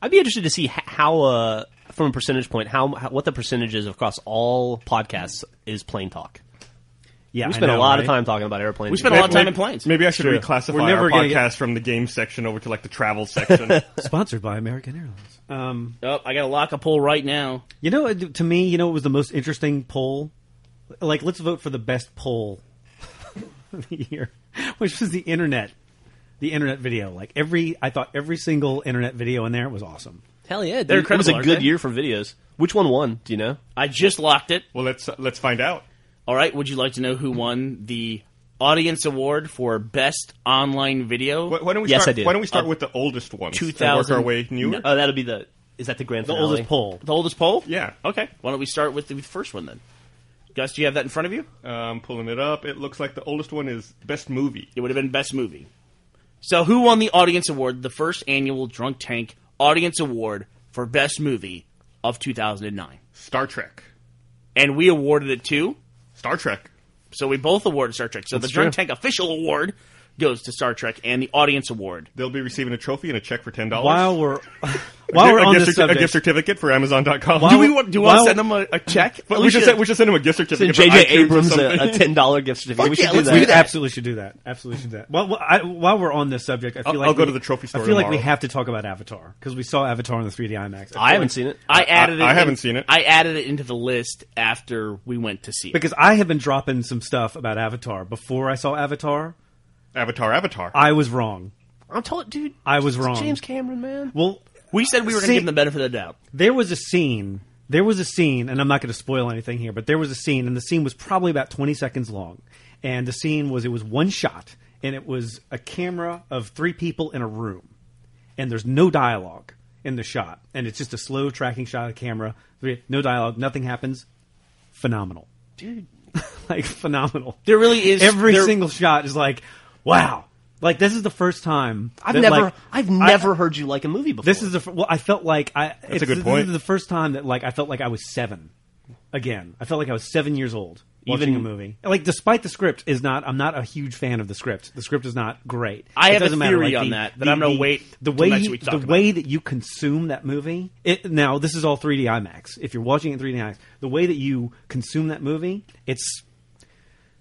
D: I'd be interested to see h- how, uh, from a percentage point, how, how what the percentage is across all podcasts is plane talk.
E: Yeah,
D: We
E: I
D: spent a
E: know,
D: lot of
E: right?
D: time talking about airplanes.
C: We spent a lot of time in planes.
B: Maybe I should reclassify
E: We're never
B: our
E: gonna
B: podcast
E: get-
B: from the game section over to like the travel section.
E: Sponsored by American Airlines. Um,
C: Oh, I got to lock a poll right now.
E: you know, it- to me, you know, it was the most interesting poll. Like, let's vote for the best poll *laughs* of the year, which was the internet, the internet video. Like every, I thought every single internet video in there was awesome.
D: Hell yeah, dude.
C: They're
D: it was a
C: incredible,
D: good
C: aren't they?
D: year for videos. Which one won? Do you know?
C: I just locked it.
B: well, let's uh, let's find out.
C: All right, would you like to know who won the audience award for best online video?
B: Why, why don't we
D: Yes,
B: start?
D: I did.
B: Why don't we start
C: Uh,
B: with the oldest one?
C: 2000
E: uh,
B: work our way newer.
D: Oh, that'll be the. Is that the grand
E: The
D: finale?
E: oldest poll.
C: The oldest poll?
B: Yeah.
C: Okay. Why don't we start with the first one then? Gus, do you have that in front of you?
B: Um, pulling it up. It looks like the oldest one is best movie.
C: It would have been best movie. So, who won the Audience Award, the first annual Drunk Tank Audience Award for Best Movie of 2009?
B: Star Trek.
C: And we awarded it to,
B: Star Trek.
C: so we both awarded Star Trek. So, the Drunk Tank official award goes to Star Trek, and the Audience Award.
B: They'll be receiving a trophy and a check for ten dollars.
E: While we're *laughs* while we're
B: a
E: on
B: gift
E: this
B: certi- a gift
E: subject,
B: certificate for Amazon.com.
E: While
B: do we?
E: we're-
B: Want,
C: Do you want
E: Well-
C: to send them a, a check?
B: but
C: We
B: we, should
C: should-
B: send, we should send him a gift certificate. for
D: J.J.
B: iTunes or
D: Abrams a,
E: *laughs*
B: something.
D: a ten dollar gift certificate. we should
C: yeah,
D: do
C: let's
D: that.
E: we
C: do that.
E: absolutely should do that. Absolutely should do that. Well, well, I, while we're on this subject, I feel
B: I'll-
E: like
B: I'll go
E: we-
B: to the trophy store
E: I feel like we
B: tomorrow.
E: have to talk about Avatar because we saw Avatar in the 3D IMAX.
D: I haven't seen it.
C: I added it.
B: I
C: in-
B: haven't seen it.
C: I added it into the list after we went to see it.
E: because I have been dropping some stuff about Avatar before I saw Avatar.
B: Avatar. Avatar.
E: I was wrong.
D: I'm told, dude.
E: I was wrong.
D: James Cameron, man.
E: Well,
C: we said we were going to
E: See-
C: give them the benefit of the doubt.
E: there was a scene. There was a scene, and I'm not going to spoil anything here, but there was a scene, and the scene was probably about 20 seconds long. And the scene was it was one shot, and it was a camera of three people in a room, and there's no dialogue in the shot, and it's just a slow tracking shot of the camera, three- no dialogue, nothing happens. Phenomenal, dude, *laughs* like phenomenal.
C: There really is
E: every
C: there-
E: single shot is like, wow, like this is the first time
D: I've
E: that,
D: never,
E: like,
D: I've
E: I-
D: negot heard you like a movie before.
E: this is the fir- well. I felt like I. That's
B: good point.
E: This is the first time that like I felt like I was seven. Again, I felt like I was seven years old watching
D: Even-
E: a movie. Like, despite the script is not, I'm not a huge fan of the script. The script is not great.
C: I
E: It
C: have a
E: doesn't matter,
C: theory
E: like,
C: on
E: the-
C: that, but
E: the-
C: I'm gonna
E: the-
C: wait
E: The
C: till
E: way
C: next
E: you-
C: week to
E: the
C: talk about
E: way that you consume that movie. It, now, this is all 3D IMAX. If you're watching it in 3D IMAX, the way that you consume that movie, it's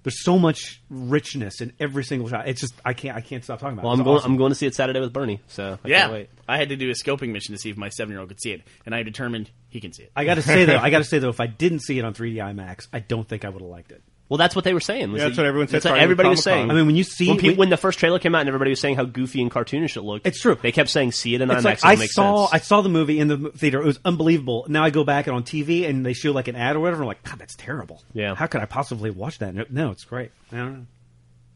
E: there's so much richness in every single shot. It's just I can't I can't stop talking about.
D: Well,
E: it.
D: I'm
E: It's
D: going.
E: awesome.
D: I'm going to see it Saturday with Bernie. So I
C: yeah,
D: can't wait.
C: I had to do a scoping mission to see if my seven-year-old could see it, and I determined he can see it.
E: I gotta say though, I gotta say though, if I didn't see it on 3D IMAX, I don't think I would have liked it.
D: Well, that's what they were saying. was
B: Yeah,
D: that
B: that's what everyone said
D: That's what
B: Friday with
D: everybody was
B: Comic-Con.
D: saying.
E: I mean, when you see,
D: when, pe-
E: when-
D: when the first trailer came out and everybody was saying how goofy and cartoonish it looked,
E: It's true.
D: They kept saying, "See it in
E: it's
D: IMAX."
E: like
D: it'll
E: I
D: make
E: saw, I
D: sense."
E: saw the movie in the m- theater. It was unbelievable. Now I go back and on TV and they show like an ad or whatever. I'm like, God, that's terrible.
D: Yeah.
E: How could I possibly watch that? No, no, it's great. I don't know.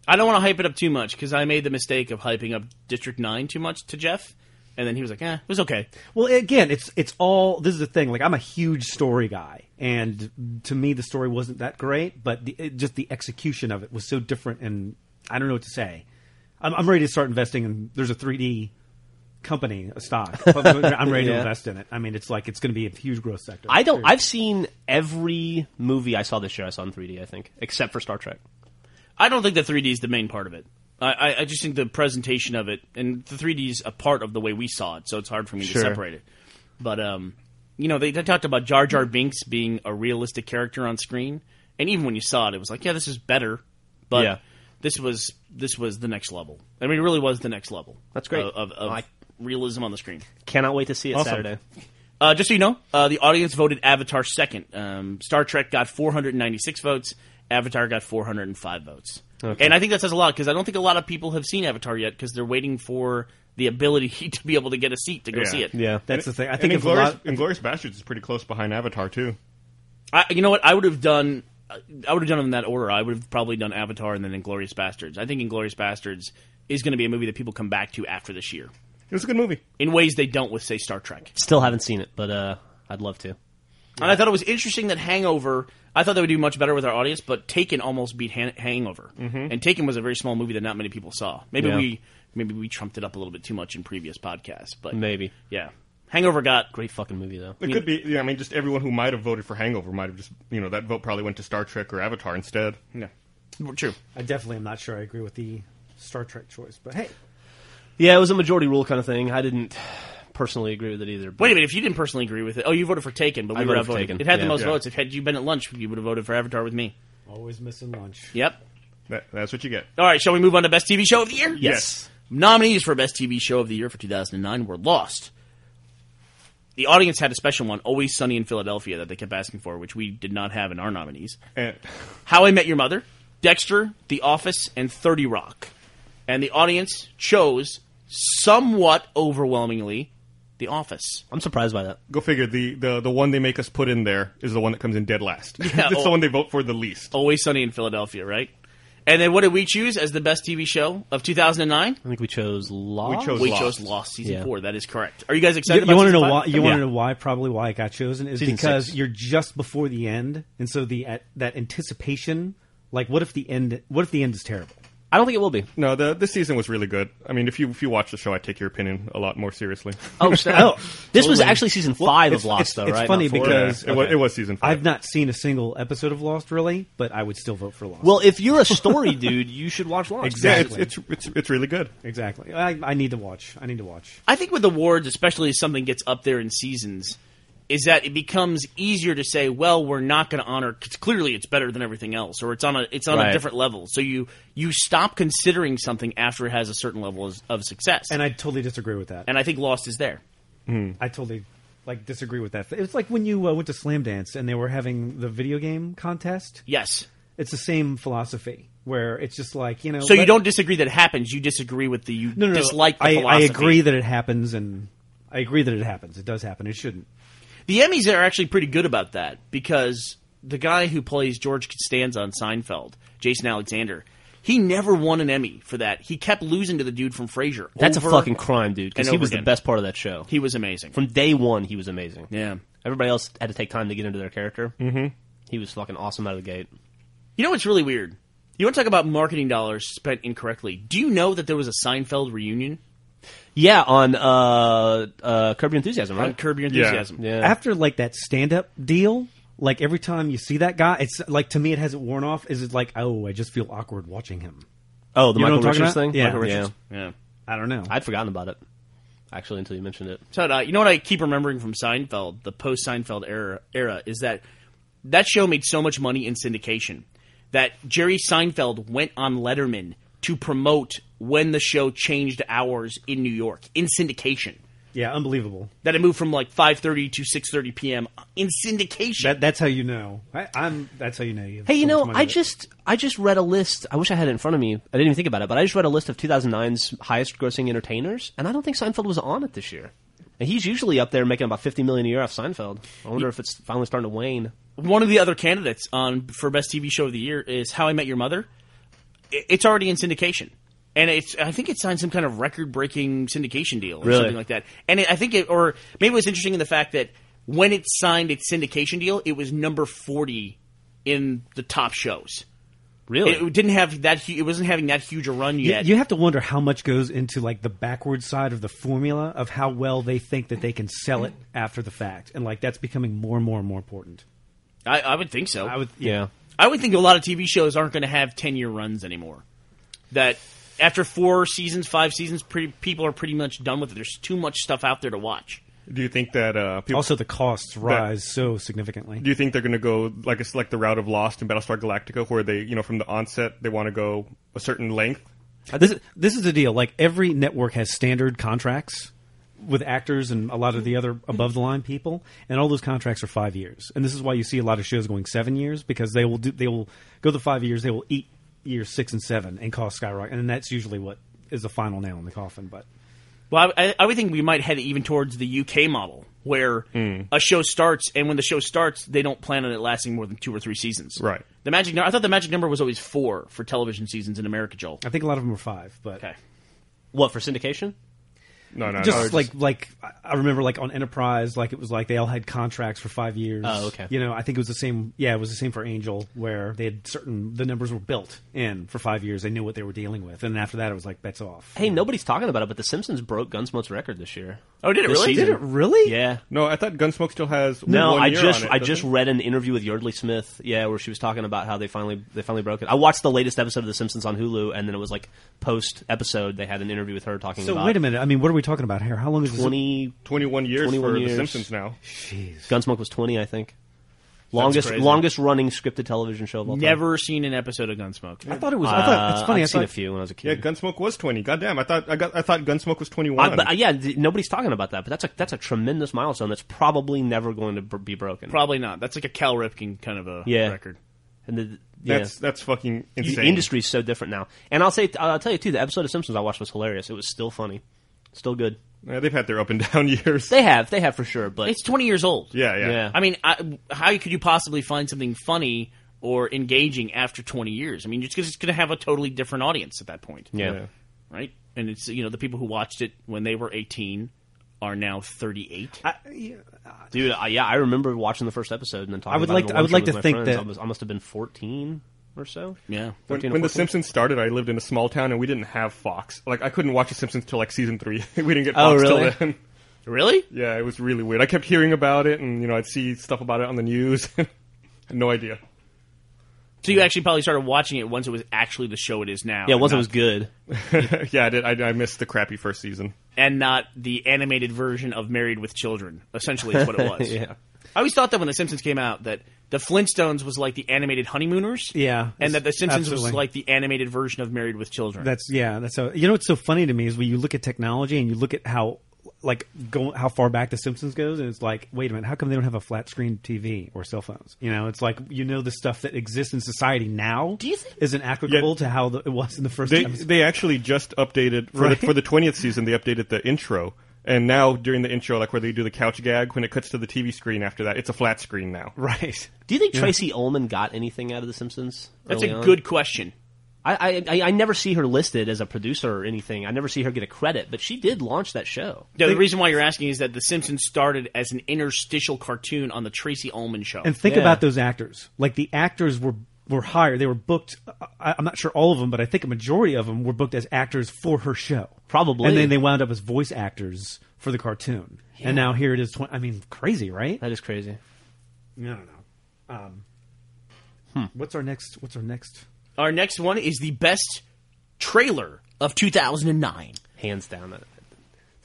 C: I don't want to hype it up too much because I made the mistake of hyping up District Nine too much to Jeff, and then he was like, "Eh, it was okay."
E: Well, again, it's it's all. This is the thing. Like I'm a huge story guy, and to me, the story wasn't that great, but the, it, just the execution of it was so different. And I don't know what to say. I'm, I'm ready to start investing in. There's a 3D company, a stock. I'm ready
D: *laughs*
E: to
D: Yeah.
E: invest in it. I mean, it's like it's going to be a huge growth sector.
D: I don't. I've seen every movie I saw this year. I saw in 3D. I think, except for Star Trek.
C: I don't think the 3D is the main part of it. I, I, I just think the presentation of it and the 3D is a part of the way we saw it, so it's hard for me
D: Sure.
C: to separate it. But um, you know, they, they talked about Jar Jar Binks being a realistic character on screen, and even when you saw it, it was like, yeah, this is better, but
D: Yeah.
C: this was this was the next level. I mean, it really was the next level.
D: That's great.
C: of, of, of
D: I-
C: realism on the screen.
D: Cannot wait to see it Saturday.
C: Uh, just so you know, uh, the audience voted Avatar second. Um, Star Trek got 496 votes. Avatar got 405 votes. And I think that says a lot because I don't think a lot of people have seen Avatar yet because they're waiting for the ability *laughs* to be able to get a seat to go
B: Yeah.
C: see it.
D: Yeah.
E: That's the thing. I
B: And
E: think if a
B: Inglorious,
E: lot-
B: Inglorious Bastards is pretty close behind Avatar too.
C: I, you know what? I would have done. I would have done it in that order. I would have probably done Avatar and then Inglorious Bastards. I think Inglorious Bastards is going to be a movie that people come back to after this year
B: It was a good movie.
C: in ways they don't with, say, Star Trek.
D: Still haven't seen it, but uh, I'd love to.
C: And I thought it was interesting that Hangover. I thought they would do much better with our audience, but Taken almost beat Han- Hangover, and Taken was a very small movie that not many people saw. Maybe
D: Mm-hmm. Yeah.
C: we maybe we trumped it up a little bit too much in previous podcasts, but
D: Maybe.
C: yeah, Hangover got
D: Great fucking movie though.
B: It could be. Yeah, I mean, just everyone who might have voted for Hangover might have just you know that vote probably went to Star Trek or Avatar instead.
C: yeah, true.
E: I definitely am not sure I agree with the Star Trek choice, but hey,
D: Yeah, it was a majority rule kind of thing. I didn't personally agree with it either. But
C: Wait a minute, if you didn't personally agree with it, oh, you voted for Taken, but we
D: I
C: would
D: voted
C: have
D: for
C: voted.
D: Taken.
C: It had the
D: Yeah.
C: most
B: Yeah.
C: votes. If had you been at lunch, you would have voted for Avatar with me.
E: always missing lunch.
C: Yep.
B: That, that's what you get.
C: All right, shall we move on to best TV show of the year?
B: Yes.
C: Nominees for Best TV Show of the Year for 2009 were Lost. The audience had a special one, Always Sunny in Philadelphia, that they kept asking for, which we did not have in our nominees.
B: And *laughs*
C: How I Met Your Mother, Dexter, The Office, and 30 Rock. And the audience chose, somewhat overwhelmingly, The Office.
D: I'm surprised by that.
B: go figure. The, the the one they make us *laughs* put in there is the one that comes in dead last. it's
C: oh.
B: the one they vote for the least.
C: Always Sunny in Philadelphia, right? And then what did we choose as the best TV show of 2009?
D: I think we chose Law.
B: We chose
C: We
B: Lost.
C: chose Lost season
D: Yeah.
C: four. That is correct. Are you guys
E: You,
C: excited?
E: you
C: about
E: want to know
C: season
E: why?
C: five?
E: You want
D: Yeah.
E: to know why? Probably why it got chosen is
D: Season
E: because
D: six.
E: you you're just before the end, and so the at, that anticipation, like, what if the end? What if the end is terrible?
D: I don't think it will be.
B: No, the this season was really good. I mean, if you if you watch the show, I take your opinion a lot more seriously. *laughs*
D: Oh,
E: *laughs*
D: snap. this was
E: totally.
D: actually season five
E: it's-
D: of Lost,
E: it's-
D: though,
E: it's
D: right?
E: funny
D: Not four.
E: because-
B: Yeah, it, was,
D: okay.
B: it was season five.
E: I've not seen a single episode of Lost, really, but I would still vote for Lost.
D: well, if you're a story
E: *laughs*
D: dude, you should watch Lost.
B: yeah,
E: Exactly.
B: it's, it's it's it's really good.
E: exactly. I, I need to watch. I need to watch.
C: I think with awards, especially as something gets up there in seasons, is that it becomes easier to say, "Well, we're not going to honor." 'cause clearly, it's better than everything else, or it's on a it's on
D: Right.
C: a different level. So you you stop considering something after it has a certain level of, of success.
E: And I totally disagree with that.
C: and I think Lost is there.
E: I totally like disagree with that. It's like when you uh, went to Slam Dance and they were having the video game contest.
C: Yes.
E: It's the same philosophy where it's just like you know.
C: So you
E: let-
C: don't disagree that it happens. You disagree with the you
E: no, no, no.
C: dislike the
E: I, I
C: philosophy.
E: agree that it happens, and I agree that it happens. It does happen. It shouldn't.
C: The Emmys are actually pretty good about that because the guy who plays George Costanza on Seinfeld, Jason Alexander, he never won an Emmy for that. He kept losing to the dude from Frasier.
D: That's
C: over
D: a fucking crime, dude, because
C: and
D: he
C: over
D: was the
C: again.
D: best part of that show.
C: He was amazing.
D: From day one, he was amazing.
C: yeah.
D: Everybody else had to take time to get into their character. Mm-hmm. He was fucking awesome out of the gate.
C: You know what's really weird? You want to talk about marketing dollars spent incorrectly? Do you know that there was a Seinfeld reunion
D: Yeah, on uh, uh, Curb Your Enthusiasm, right?
C: on Curb Your Enthusiasm?
D: yeah.
E: After like that stand up deal, like every time you see that guy, it's like to me it hasn't worn off. Is it like oh I just feel awkward watching him?
D: oh, the Michael
E: You know what I'm talking
D: Richards
E: about?
D: thing.
E: Yeah.
D: Michael
E: Richards.
D: Richards.
C: Yeah.
E: I don't know.
D: I'd forgotten about it actually until you mentioned it.
C: So uh, you know what I keep remembering from Seinfeld, the post Seinfeld era, era is that that show made so much money in syndication that Jerry Seinfeld went on Letterman to promote when the show changed hours in New York in syndication.
E: yeah, unbelievable.
C: That it moved from like five thirty to six thirty p.m. in syndication.
E: That, that's how you know. I, I'm. That's how you know. have
D: Hey, you
E: so much
D: know,
E: money
D: I
E: in it.
D: just I just read a list. I wish I had it in front of me. I didn't even think about it, but I just read a list of 2009's highest grossing entertainers, and I don't think Seinfeld was on it this year. And he's usually up there making about 50 million a year off Seinfeld. I wonder if it's finally starting to wane.
C: one of the other candidates on for best TV show of the year is How I Met Your Mother. I- It's already in syndication, and it's I think it signed some kind of record-breaking syndication deal or
D: Really?
C: something like that. And it, I think it, or maybe it was interesting in the fact that when it signed its syndication deal, it was number forty in the top shows.
D: Really?
C: It, it didn't have that. hu- It wasn't having that huge a run
E: You-
C: yet.
E: You have to wonder how much goes into like the backward side of the formula of how well they think that they can sell it after the fact, and like that's becoming more and more and more important.
C: I, I would think so.
E: I would,
D: yeah.
C: I would think a lot of TV shows aren't going to have ten year runs anymore. That after four seasons, five seasons, pretty, people are pretty much done with it. There's too much stuff out there to watch.
B: Do you think that uh, people?
E: Also, the costs rise so significantly.
B: do you think they're going to go like it's like the route of Lost and Battlestar Galactica, where they you know from the onset they want to go a certain length?
E: Uh, This, this is the deal. Like every network has standard contracts with actors and a lot of the other above the line people, and all those contracts are five years. And this is why you see a lot of shows going seven years because they will do they will go the five years. They will eat years six and seven and cost skyrocket, and that's usually what is the final nail in the coffin. But
C: Well, I, I would think we might head even towards the UK model, where
B: Hmm.
C: a show starts, and when the show starts, they don't plan on it lasting more than two or three seasons.
B: Right.
C: The magic. nu- I thought the magic number was always four for television seasons in America, Joel.
E: I think a lot of them are five. But
C: Okay.
D: What for syndication?
B: No, no,
E: just
B: no,
E: like like I- I remember like on Enterprise, like it was like they all had contracts for five years.
D: Oh, okay.
E: You know, I think it was the same. Yeah, it was the same for Angel, where they had certain the numbers were built in for five years. They knew what they were dealing with, and after that, it was like bets off.
D: Hey, nobody's talking about it, but The Simpsons broke Gunsmoke's record this year.
C: Oh, did it
D: This
C: really?
D: season.
C: Did
E: really?
D: Yeah.
B: no. I thought Gunsmoke still has
D: No,
B: one
D: I
B: year
D: just
B: on it,
D: I
B: doesn't
D: just
B: it?
D: read an interview with Yardley Smith, yeah, where she was talking about how they finally they finally broke it. I watched the latest episode of The Simpsons on Hulu, and then it was like post episode they had an interview with her talking
E: So
D: about
E: wait a minute. I mean, what are we talking about here? How long is this?
D: twenty.
B: 21 years
D: 21
B: for
D: years.
B: The Simpsons now.
D: Gunsmoke was twenty, I think. Longest
B: crazy.
D: longest running scripted television show of all time.
C: Never seen an episode of Gunsmoke.
E: I thought it was.
D: Uh,
E: I thought it's funny.
D: I've
E: I
D: seen
E: thought,
D: a few when I was a
B: Yeah,
D: kid.
B: Gunsmoke was 20. Goddamn, I thought I got I thought Gunsmoke was 21.
D: Uh, but uh, yeah, th- nobody's talking about that. But that's a that's a tremendous milestone. That's probably never going to br- be broken.
C: Probably not. That's like a Cal Ripken kind of a
D: Yeah.
C: record.
D: and the, yeah.
B: that's that's fucking insane.
D: The industry's so different now. And I'll say, I'll tell you too. The episode of Simpsons I watched was hilarious. It was still funny, still good.
B: Yeah, they've had their up and *laughs* down years.
D: They have, they have for sure. But
C: It's twenty years old.
B: Yeah, yeah.
D: Yeah.
C: I mean, I, how could you possibly find something funny or engaging after 20 years. I mean, it's, 'cause it's going to have a totally different audience at that point.
D: Yeah.
B: Yeah.
C: Right? And it's, you know, the people who watched it when they were 18 are now 38.
E: I, yeah,
D: dude. I, yeah, I remember watching the first episode and then talking.
E: I would
D: about
E: like
D: it
E: to-
D: on
E: I would
D: lunch
E: like
D: with
E: to
D: my
E: think
D: friends.
E: that-
D: I, was- I must have been fourteen or so.
C: yeah.
D: 13
B: When,
D: or
B: when The
D: 14.
B: Simpsons started, I lived in a small town and we didn't have Fox. Like, I couldn't watch The Simpsons till like season three. *laughs* we didn't get
E: Oh,
B: Fox
E: really?
B: till then. *laughs*
C: Really?
B: Yeah, it was really weird. I kept hearing about it, and you know, I'd see stuff about it on the news. *laughs* Had no idea. *laughs*
C: So you actually probably started watching it once it was actually the show it is now.
D: Yeah, it
C: and not-
D: wasn't as good.
B: yeah, I did. I, I missed the crappy first season.
C: and not the animated version of Married with Children. Essentially, is what it was. yeah. I always thought that when The Simpsons came out, that the Flintstones was like the animated honeymooners.
E: Yeah,
C: and that The Simpsons was
E: absolutely.
C: like the animated version of Married with Children.
E: that's yeah. That's so. You know what's so funny to me is when you look at technology and you look at how like go, how far back the Simpsons goes, and it's like, wait a minute, how come they don't have a flat screen TV or cell phones? You know, it's like you know the stuff that exists in society now
C: Do you think-
E: isn't applicable to how the, it was in the first.
B: They
E: episode.
B: they actually just updated for
E: Right.
B: the, for the twentieth season. They updated the intro, and now during the intro, like where they do the couch gag, when it cuts to the TV screen after that, it's a flat screen now.
E: right.
D: Do you think Tracy Ullman got anything out of The Simpsons?
C: That's
D: early
C: a
D: on?
C: good question.
D: I, I I- I never see her listed as a producer or anything. I never see her get a credit, but she did launch that show.
C: Yeah, the reason why you're asking is that The Simpsons started as an interstitial cartoon on the Tracy Ullman show.
E: And think
D: Yeah.
E: about those actors. Like the actors were were hired. They were booked. I, I'm not sure all of them, but I think a majority of them were booked as actors for her show.
D: Probably.
E: And then they wound up as voice actors for the cartoon. And now here it is. Tw- I mean, crazy, right? I
D: That is crazy.
E: don't know. Um, What's our next? What's our next?
C: Our next one is the best trailer of 2009.
D: Hands down, uh,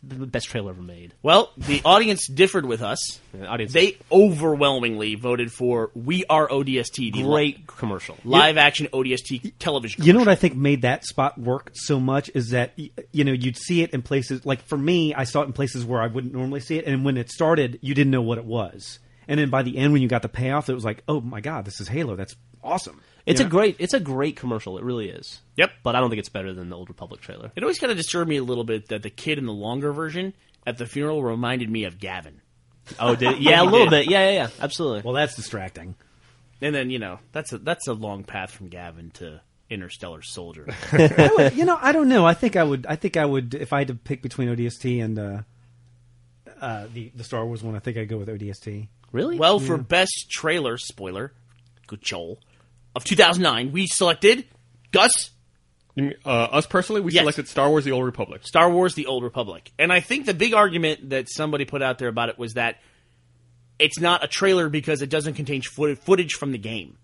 D: the best trailer ever made.
C: Well, the audience differed with us.
D: The audience-
C: They overwhelmingly voted for "We Are ODST," the li-
D: Great commercial.
C: live action ODST television.
E: You know what I think made that spot work so much is that y- you know you'd see it in places like for me I saw it in places where I wouldn't normally see it, and when it started you didn't know what it was, and then by the end when you got the payoff it was like oh my god this is Halo that's awesome.
D: It's a great it's a great commercial. It really is.
C: Yep.
D: But I don't think it's better than the Old Republic trailer.
C: It always kind of disturbed me a little bit that the kid in the longer version at the funeral reminded me of Gavin.
D: Oh,
C: *laughs*
D: did it? yeah, a little bit. Yeah, yeah, yeah. Absolutely.
E: Well, that's *laughs* distracting.
C: And then you know that's a that's a long path from Gavin to Interstellar
D: *laughs*
C: Soldier.
E: I would, you know I don't know I think I would I think I would if I had to pick between ODST and uh, uh, the the Star Wars one I think I'd go with ODST.
D: really?
C: well, for best trailer spoiler, good Joel of 2009, we selected Gus
B: You mean, uh, us personally, we
C: Yes.
B: selected Star Wars: The Old Republic.
C: Star Wars: The Old Republic. And I think the big argument that somebody put out there about it was that it's not a trailer because it doesn't contain foot- footage from the game.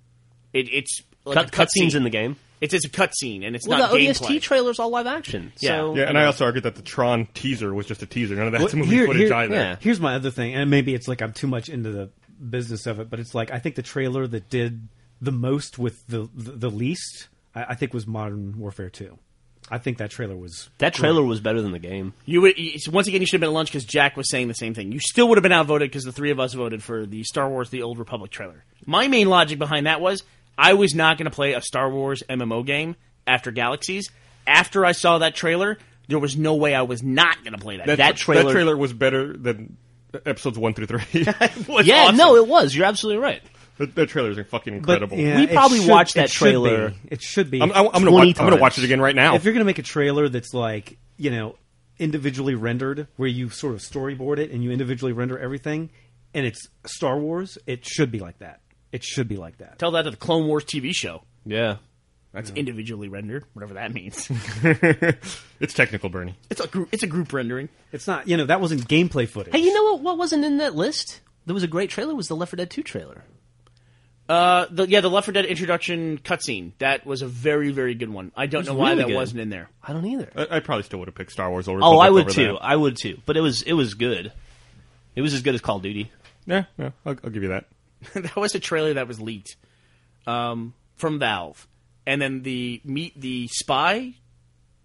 C: It, it's like
D: cut,
C: a cut
D: cutscenes
C: scene.
D: in the game.
C: It's, it's a cutscene, and it's
D: Well,
C: not
D: the
C: gameplay.
D: ODST trailer's all live action. So
B: Yeah, and I also argued that the Tron teaser was just a teaser. None of that's
E: Well,
B: movie
E: here-
B: footage
E: here-
B: either.
D: yeah.
E: Here's my other thing, and maybe it's like I'm too much into the business of it, but it's like I think the trailer that did the most with the the, the least, I, I think, was Modern Warfare Two. I think that trailer was
D: that trailer was better than the game.
C: You would you- so once again. You should have been at lunch because Jack was saying the same thing. You still would have been outvoted because the three of us voted for the Star Wars: The Old Republic trailer. My main logic behind that was I was not going to play a Star Wars MMO game after Galaxies. After I saw that trailer, there was no way I was not going to play that.
B: That, that
D: That trailer-
B: trailer, was better than episodes one through three.
C: was
D: Yeah,
C: awesome.
D: no, it was. You're absolutely right.
B: that, that trailer is fucking
E: but,
B: incredible.
E: yeah,
D: We
E: it
D: probably
E: should-
D: watched
E: it
D: that
E: should be.
D: trailer.
E: It should be.
B: I'm, I'm, I'm gonna
D: 20
B: watch, I'm gonna
D: times.
B: watch it again right now.
E: if you're going to make a trailer that's like you know individually rendered, where you sort of storyboard it and you individually render everything, and it's Star Wars, it should be like that. It should be like that.
C: Tell that to the Clone Wars TV show.
D: Yeah.
C: That's individually rendered, whatever that means.
B: *laughs* it's technical, Bernie.
C: it's a group. It's a group rendering.
E: It's not. You know that wasn't gameplay footage.
D: Hey, *laughs* you know what? What wasn't in that list? That was a great trailer. Was the Left 4 Dead 2 trailer?
C: Uh, the, yeah, the Left 4 Dead introduction cutscene. That was a very, very good one. I don't know why
D: really
C: that
D: good.
C: wasn't in there.
D: I don't either.
B: I, I probably still would have picked Star Wars. Old
D: oh,
B: Republic
D: I would
B: over
D: too. I would too. But it was it was good. It was as good as Call of Duty.
B: That. Yeah, yeah, I'll, I'll give you that.
C: *laughs* that was a trailer that was leaked um, from Valve, and then the meet the spy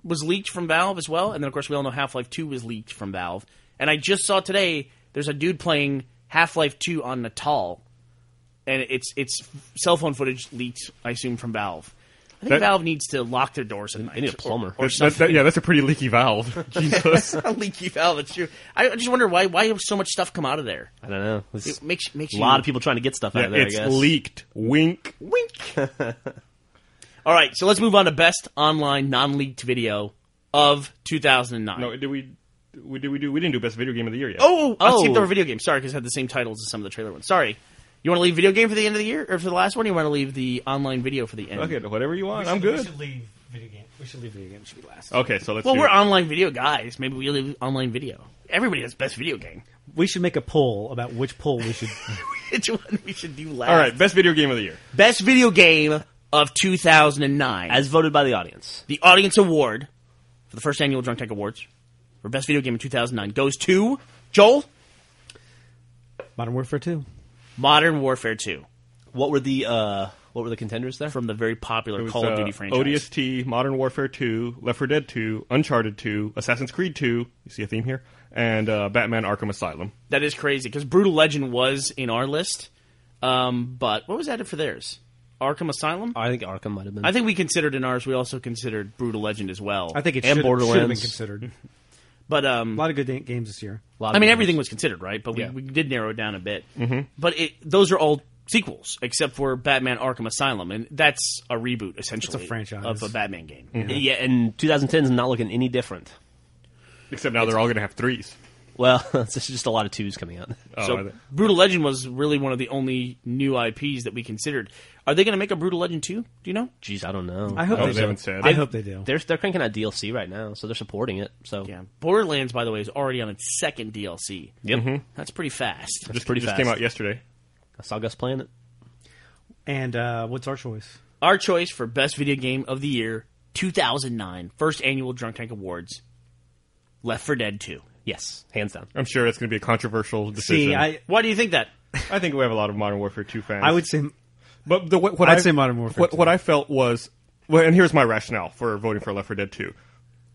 C: was leaked from Valve as well, and then of course we all know Half Life Two was leaked from Valve, and I just saw today there's a dude playing Half Life Two on Natal, and it's it's cell phone footage leaked I assume from Valve. I think
B: That-
C: Valve needs to lock their doors at night.
D: They need a plumber.
C: or
B: That,
C: something.
B: that, yeah, that's a pretty leaky valve.
C: *laughs*
B: Jesus.
C: a leaky valve. It's true. I I just wonder why why has so much stuff come out of there.
D: I don't know. It's
C: It makes makes
D: a
C: you,
D: lot of people trying to get stuff out
B: Yeah,
D: of there.
B: it's
D: I guess.
B: leaked. Wink.
C: *laughs* wink. All right, so let's move on to best online non-leaked video of 2009.
B: No, did we? We did we do? We didn't do best video game of the year yet.
C: oh, I
D: Oh.
C: skipped over video game. Sorry, because it had the same titles as some of the trailer ones. Sorry. You want to leave video game for the end of the year, or for the last one? Or you want to leave the online video for the end?
B: okay, whatever you want. I'm
E: We
B: good.
E: should leave video game. We should leave video game. Should be last.
B: Okay, so let's.
C: Well,
B: do
C: we're
B: it.
C: online video guys. Maybe we leave online video. Everybody has best video game. *laughs*
E: We should make a poll about which poll we *laughs* should.
C: Which one we should do last?
B: All right, best video game of the year.
C: best video game of 2009.
D: As voted by the audience.
C: the audience award for the first annual Drunk Tank Awards for best video game in 2009 goes to Joel
E: Modern Warfare Two.
C: Modern Warfare 2
D: What were the uh, what were the contenders there?
C: from the very popular
B: It was,
C: Call of
B: uh,
C: Duty franchise.
B: ODST, Modern Warfare 2, Left 4 Dead 2, Uncharted 2, Assassin's Creed 2. You see a theme here, and uh, Batman: Arkham Asylum.
C: That is crazy because Brutal Legend was in our list, um, but what was added for theirs? Arkham Asylum.
D: I think Arkham might have been.
C: I think we considered in ours. We also considered Brutal Legend as well.
E: I think it
D: And
E: should, should have been
D: Borderlands.
E: considered.
C: but um,
E: A lot of good da- games this year.
D: A lot of
C: I mean,
D: games.
C: everything was considered, right? But we,
D: Yeah.
C: we did narrow it down a bit. Mm-hmm. But it, those are all sequels, except for Batman: Arkham Asylum, and that's a reboot essentially.
E: franchise. Mm-hmm.
C: of a Batman game.
D: Yeah, and 2010 is not looking any different.
B: Except now they're all going to have threes.
D: Well, *laughs* it's just a lot of twos coming out.
B: Oh,
C: so
B: are they-
C: Brutal Legend was really one of the only new IPs that we considered. Are they going to make a Brutal Legend two? Do you know?
D: Jeez, I don't know.
E: I hope
B: Oh,
E: they,
B: they
E: do.
B: haven't said.
E: I hope they do.
D: They're they're cranking out DLC right now, so they're supporting it. So
C: Yeah. Borderlands, by the way, is already on its second DLC.
D: yep,
C: That's pretty fast.
D: Mm-hmm. That's
B: just,
D: pretty
B: just
D: fast.
B: came out yesterday.
D: I saw Gus playing it.
E: And uh, what's our choice?
C: Our choice for best video game of the year, 2009, first annual Drunk Tank Awards, Left 4 Dead 2.
D: Yes, hands down.
B: I'm sure that's going to be a controversial decision.
E: See, I
C: Why do you think that?
B: I think we have a lot of Modern Warfare 2 fans.
E: I would say
B: But the, what, what
E: I'd
B: I-
E: say Modern Warfare
B: What,
E: too.
B: what I felt was, well, and here's my rationale for voting for Left 4 Dead 2.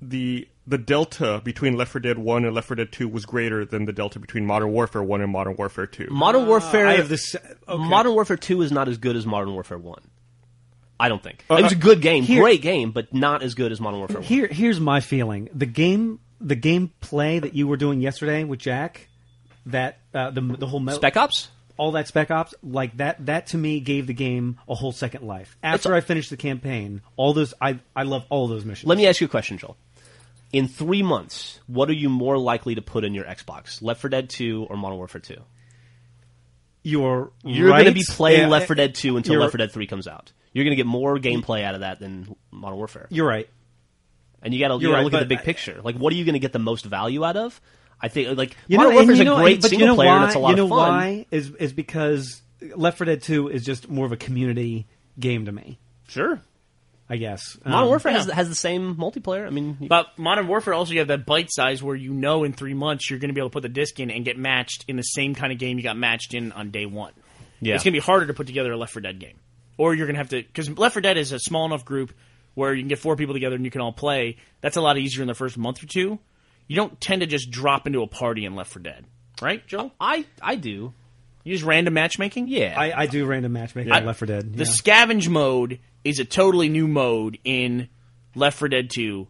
B: The the delta between Left 4 Dead 1 and Left 4 Dead 2 was greater than the delta between Modern Warfare 1 and Modern Warfare 2.
D: Modern Warfare.
E: I have this. Okay.
D: Modern Warfare Two is not as good as Modern Warfare One. I don't think it was a
B: uh,
D: good game,
E: here-
D: great game, but not as good as Modern Warfare One.
E: Here, here's my feeling. The game, the gameplay that you were doing yesterday with Jack, that uh, the the whole metal,
D: Spec Ops.
E: all that Spec Ops, like that, that to me gave the game a whole second life. After I finished the campaign, all those I I love all those missions.
D: Let me ask you a question, Joel. In three months, what are you more likely to put in your Xbox, Left 4 Dead 2 or Modern Warfare 2?
E: You're
D: You're
E: right.
D: going to be playing
E: Yeah,
D: Left 4 Dead 2 until
E: you're-
D: Left 4 Dead 3 comes out. You're going to get more gameplay out of that than Modern Warfare.
E: You're right.
D: and you got to
E: you're right,
D: look at the
E: but
D: big
E: I-
D: picture. Like, what are you going to get the most value out of? I think like
E: You
D: Modern
E: know, and
D: Warfare is
E: you
D: a
E: know,
D: great
E: and- but
D: single
E: you know
D: player
E: why,
D: and it's a lot
E: you know
D: of fun.
E: Why is is because Left 4 Dead 2 is just more of a community game to me.
D: Sure,
E: I guess
D: Modern
E: Um,
D: Warfare has,
C: yeah.
D: has the same multiplayer. I mean, you-
C: But Modern Warfare also you have that bite size where you know in three months you're going to be able to put the disc in and get matched in the same kind of game you got matched in on day one.
D: Yeah.
C: it's going to be harder to put together a Left 4 Dead game, or you're going to have to because Left 4 Dead is a small enough group where you can get four people together and you can all play. That's a lot easier in the first month or two. You don't tend to just drop into a party in Left 4 Dead, right, Joel?
D: I I do.
C: You use random matchmaking.
D: Yeah,
E: I, I do random matchmaking on Left 4 Dead.
C: The
E: yeah.
C: scavenge mode is a totally new mode in Left 4 Dead 2.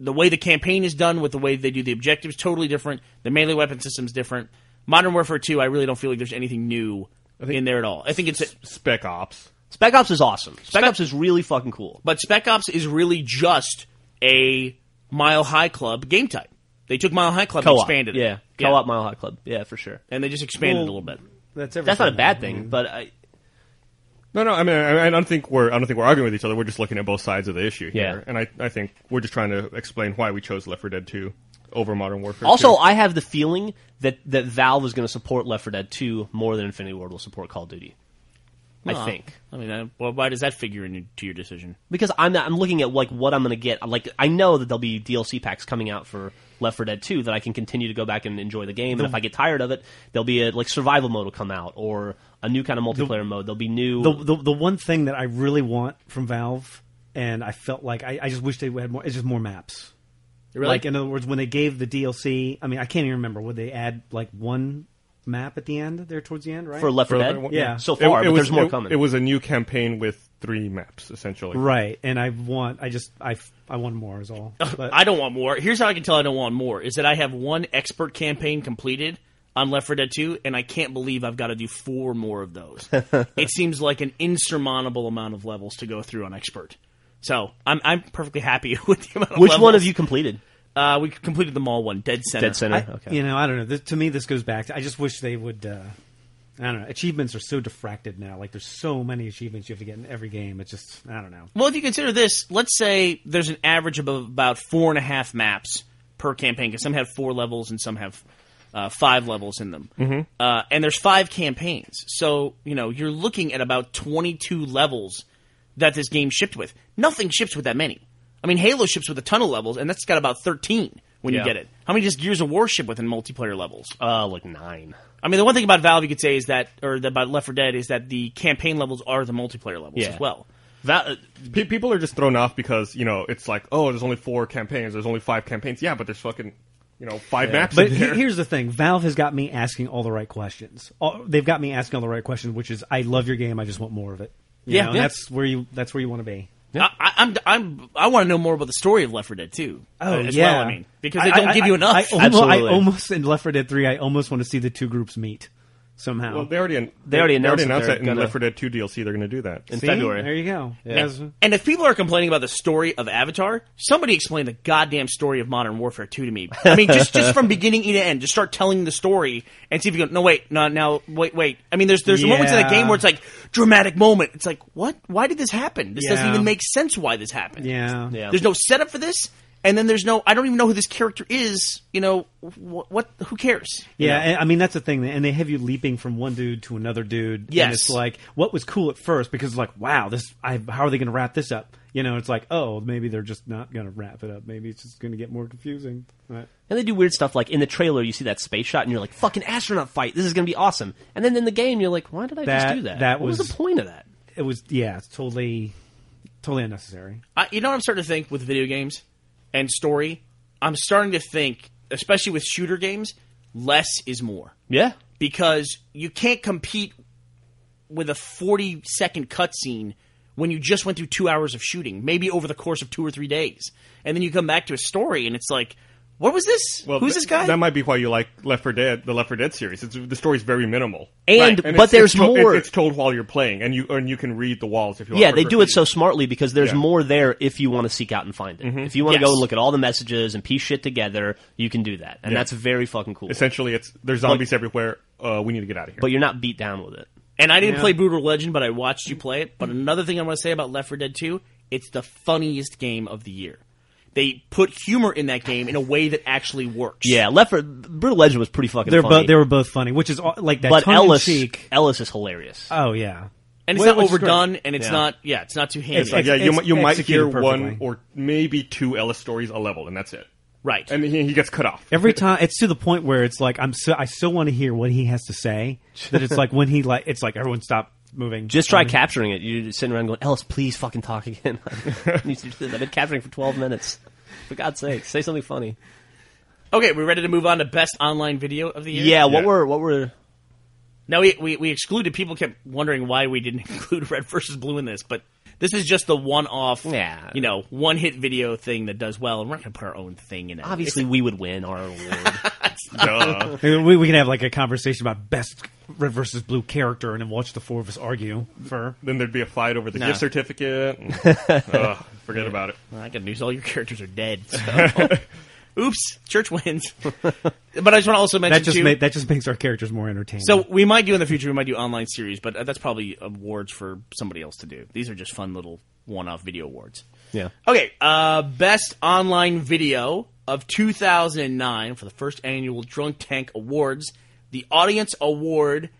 C: The way the campaign is done with the way they do the objectives totally different. The melee weapon system's different. Modern Warfare 2, I really don't feel like there's anything new in there at all. I think it's
B: Spec Ops.
D: Spec Ops is awesome. Spec,
C: Spec-
D: Ops is really fucking cool.
C: but Spec Ops is really just a Mile High Club game type. They took Mile High Club
D: Co-op,
C: and expanded
D: yeah,
C: it.
D: co-op Mile High Club, yeah, for sure.
C: And they just expanded it a
E: Well,
C: little bit.
E: That's
D: That's not a bad thing, but I,
B: No, no. I mean, I, I don't think we're I don't think we're arguing with each other. We're just looking at both sides of the issue here,
D: Yeah.
B: and I, I think we're just trying to explain why we chose Left 4 Dead 2 over Modern Warfare.
D: also
B: 2.
D: I have the feeling that that Valve is going to support Left 4 Dead 2 more than Infinity Ward will support Call of Duty. I
C: Well,
D: think.
C: I mean, uh, well, why does that figure into your decision?
D: because I'm not, I'm looking at like what I'm going to get. Like I know that there'll be DLC packs coming out for Left 4 Dead 2 that I can continue to go back and enjoy the game. and if I get tired of it, there'll be a like survival mode will come out or a new kind of multiplayer mode. There'll be new.
E: the, the the one thing that I really want from Valve, and I felt like I, I just wish they had more. It's just more maps.
C: Really?
E: Like in other words, when they gave the DLC, I mean, I can't even remember. Would they add like one map at the end there towards the end, right?
D: for Left 4
B: Further-
D: Dead.
E: Yeah.
D: so far, but
B: was,
D: there's more
B: it-
D: coming.
B: It was a new campaign with three maps essentially.
E: right, and I want I just I f- I want more
D: *laughs*
E: is all. But
C: I don't want more. Here's how I can tell I don't want more is that I have one expert campaign completed on Left 4 Dead 2, and I can't believe I've got to do four more of
D: *laughs*
C: those. it seems like an insurmountable amount of levels to go through on expert. So I'm I'm perfectly happy *laughs* with the amount of
D: Which
C: levels.
D: one have you completed?
C: Uh, we completed the mall one, Dead Center.
D: Dead Center.
E: I,
D: okay.
E: you know I don't know. This, to me, this goes back to I just wish they would. Uh, I don't know. Achievements are so diffracted now. Like there's so many achievements you have to get in every game. It's just I don't know.
C: Well, if you consider this, let's say there's an average of about four and a half maps per campaign, because some have four levels and some have uh, five levels in them. Mm-hmm. Uh, and there's five campaigns, so you know you're looking at about 22 levels that this game shipped with. Nothing ships with that many. I mean, Halo ships with a ton of levels, and that's got about 13 when
D: Yeah.
C: you get it. How many does Gears of War ship with in multiplayer levels?
D: Uh, like nine.
C: I mean, the one thing about Valve you could say is that, or the- about Left 4 Dead is that the campaign levels are the multiplayer levels
D: Yeah.
C: as well.
D: That
B: Pe- people are just thrown off because you know it's like oh, there's only four campaigns, there's only five campaigns. Yeah, but there's fucking you know five maps.
E: But
B: in
E: he-
B: there.
E: here's the thing: Valve has got me asking all the right questions. All, they've got me asking all the right questions, which is, I love your game. I just want more of it. You
C: Yeah,
E: know, and
C: yeah.
E: that's where you that's where you want to be.
C: I, I- I'm, I'm, I want to know more about the story of Left 4 Dead too. uh, as well, I mean, because they
E: Oh, I-
C: don't
E: I-
C: give you *laughs*
E: I-
C: enough.
E: I, almost, I
D: Absolutely.
E: almost in Left 4 Dead 3, I almost want to see the two groups meet
B: *laughs*
E: somehow.
B: well, they already an-
D: They already announced that
B: announced
D: they're
B: that in
D: gonna-
B: Left 4 Dead 2 DLC they're going to do that.
D: in
E: See?
D: February.
E: There you go. Yes.
C: and if people are complaining about the story of Avatar, somebody explain the goddamn story of Modern Warfare 2 to me. I mean, just, just
E: *laughs*
C: from beginning to end, just start telling the story and see if you go, no, wait, no, now, wait, wait. I mean, there's, there's moments in that
E: Yeah.
C: game where it's like, dramatic moment. It's like, what? Why did this happen? This doesn't
E: Yeah.
C: even make sense why this happened.
E: Yeah.
D: Yeah.
C: There's no setup for this. And then there's no, I don't even know who this character is. You know, what, what who cares?
E: Yeah, and, I mean that's the thing, and they have you leaping from one dude to another dude. and
C: Yes.
E: it's like what was cool at first because like wow, this I how are they going to wrap this up? You know, it's like oh maybe they're just not going to wrap it up. Maybe it's just going to get more confusing. Right.
D: And they do weird stuff like in the trailer you see that space shot and you're like fucking astronaut fight this is gonna be awesome and then in the game you're like why did I just
E: That-
D: do that
E: that
D: what was,
E: was-
D: the point of that
E: It was yeah, it's totally totally unnecessary.
C: I, you know what I'm starting to think with video games and story? I'm starting to think, especially with shooter games, less is more.
D: yeah
C: Because you can't compete with a 40 second cutscene when you just went through two hours of shooting, maybe over the course of two or three days. And then you come back to a story and it's like, what was this?
B: Well,
C: Who's
B: th-
C: this guy?
B: That might be why you like Left 4 Dead, the Left 4 Dead series. It's, the story's very minimal,
D: And-
B: it's-
D: but
B: it's
D: there's
B: to-
D: more.
B: It's, it's told while you're playing, and you and you can read the walls if you.
D: yeah
B: want
D: they
B: for-
D: do it so smartly because there's
B: Yeah.
D: more there if you want to seek out and find it if you want to go
C: Yes.
D: and look at all the messages and piece shit together you can do that and that's very fucking cool
B: Essentially, it's there's zombies everywhere. Uh, we need to get out of here.
D: but you're not beat down with it
C: And I didn't play Brutal Legend, but I watched you play it. But another thing I want to say about Left 4 Dead 2, it's the funniest game of the year. They put humor in that game in a way that actually works.
D: yeah Left 4 Brutal Legend was pretty fucking
E: They're
D: funny
E: both they were both funny, which is all- like that
D: but
E: tongue in
D: Ellis
E: cheek.
D: Ellis is hilarious
E: Oh yeah,
C: And it's not
E: Well, which is great.
C: overdone, and it's
D: Yeah.
C: not, yeah, it's not too handy.
E: It's
B: Like, yeah, you,
E: it's
B: mi- you might hear
E: executed
B: one
E: perfectly.
B: or maybe two Ellis stories a level, and that's it.
C: right.
B: And he, he gets cut off.
E: Every time it's to the point where it's like I'm so I still want to hear what he has to say. That it's like when he like it's like everyone stop moving.
D: just try capturing it you're just sitting around going Ellis please fucking talk again *laughs* I need to do that. I've been capturing for 12 minutes for God's sake say something funny
C: okay, we're ready to move on to best online video of the year.
D: yeah
B: Yeah.
D: what were what were
C: Now we, we we excluded people kept wondering why we didn't *laughs* include Red versus Blue in this, but this is just the one off,
D: Yeah.
C: you know, one hit video thing that does well, and we're not going to put our own thing in it.
D: Obviously, we would win our award. *laughs*
B: Duh.
E: We, we can have like a conversation about best red versus blue character, and then watch the four of us argue for.
B: then there'd be a fight over the
C: Nah.
B: gift
E: *laughs*
B: certificate. and- Ugh, forget about it.
C: I got news. All your characters are dead.
E: *laughs*
C: So. *laughs* Oops, church wins. *laughs* but I just want to also mention
E: That just
C: too,
E: ma- that just makes our characters more entertaining.
C: so we might do in the future. We might do online series, but that's probably awards for somebody else to do. These are just fun little one-off video awards.
D: yeah.
C: Okay, uh, best online video of 2009 for the first annual Drunk Tank Awards. The audience award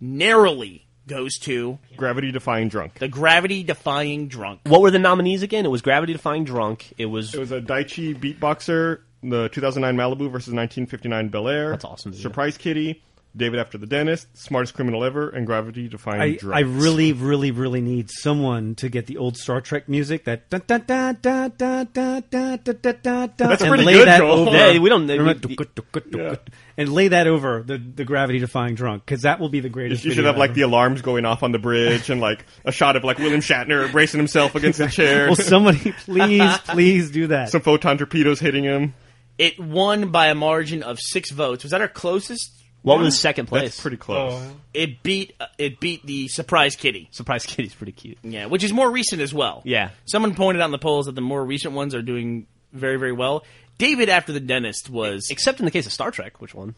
C: narrowly goes to
B: Gravity defying drunk.
C: the Gravity Defying Drunk.
D: What were the nominees again? It was Gravity Defying Drunk. It was,
B: It was a Daichi beatboxer, the 2009 Malibu versus 1959 Bel Air.
D: That's awesome, dude.
B: Surprise Kitty, David After the Dentist, Smartest Criminal Ever, and Gravity Defying
E: I,
B: Drugs.
E: I really, really, really need someone to get the old Star Trek music that da da da da da da da da da da da
B: That's
E: and
B: pretty
E: lay
B: good,
E: that
B: Joel.
E: over.
D: Yeah, we don't-
E: Remember,
D: we-
E: duka, duka, duka,
B: Yeah.
E: and lay that over the the gravity defying drunk because that will be the greatest.
B: You should
E: video
B: have like
E: ever.
B: the alarms going off on the bridge and like a shot of like William Shatner bracing himself against
E: *laughs*
B: the chair.
E: Will somebody please, please do that?
B: Some photon torpedoes hitting him.
C: It won by a margin of six votes. Was that our closest?
D: What was second place?
B: That's pretty close.
E: Oh.
C: It beat uh, it beat the Surprise Kitty.
D: Surprise Kitty's pretty cute.
C: Yeah, which is more recent as well.
D: Yeah.
C: Someone pointed out in the polls that the more recent ones are doing very, very well. David After the Dentist was,
D: Except in the case of Star Trek, which one?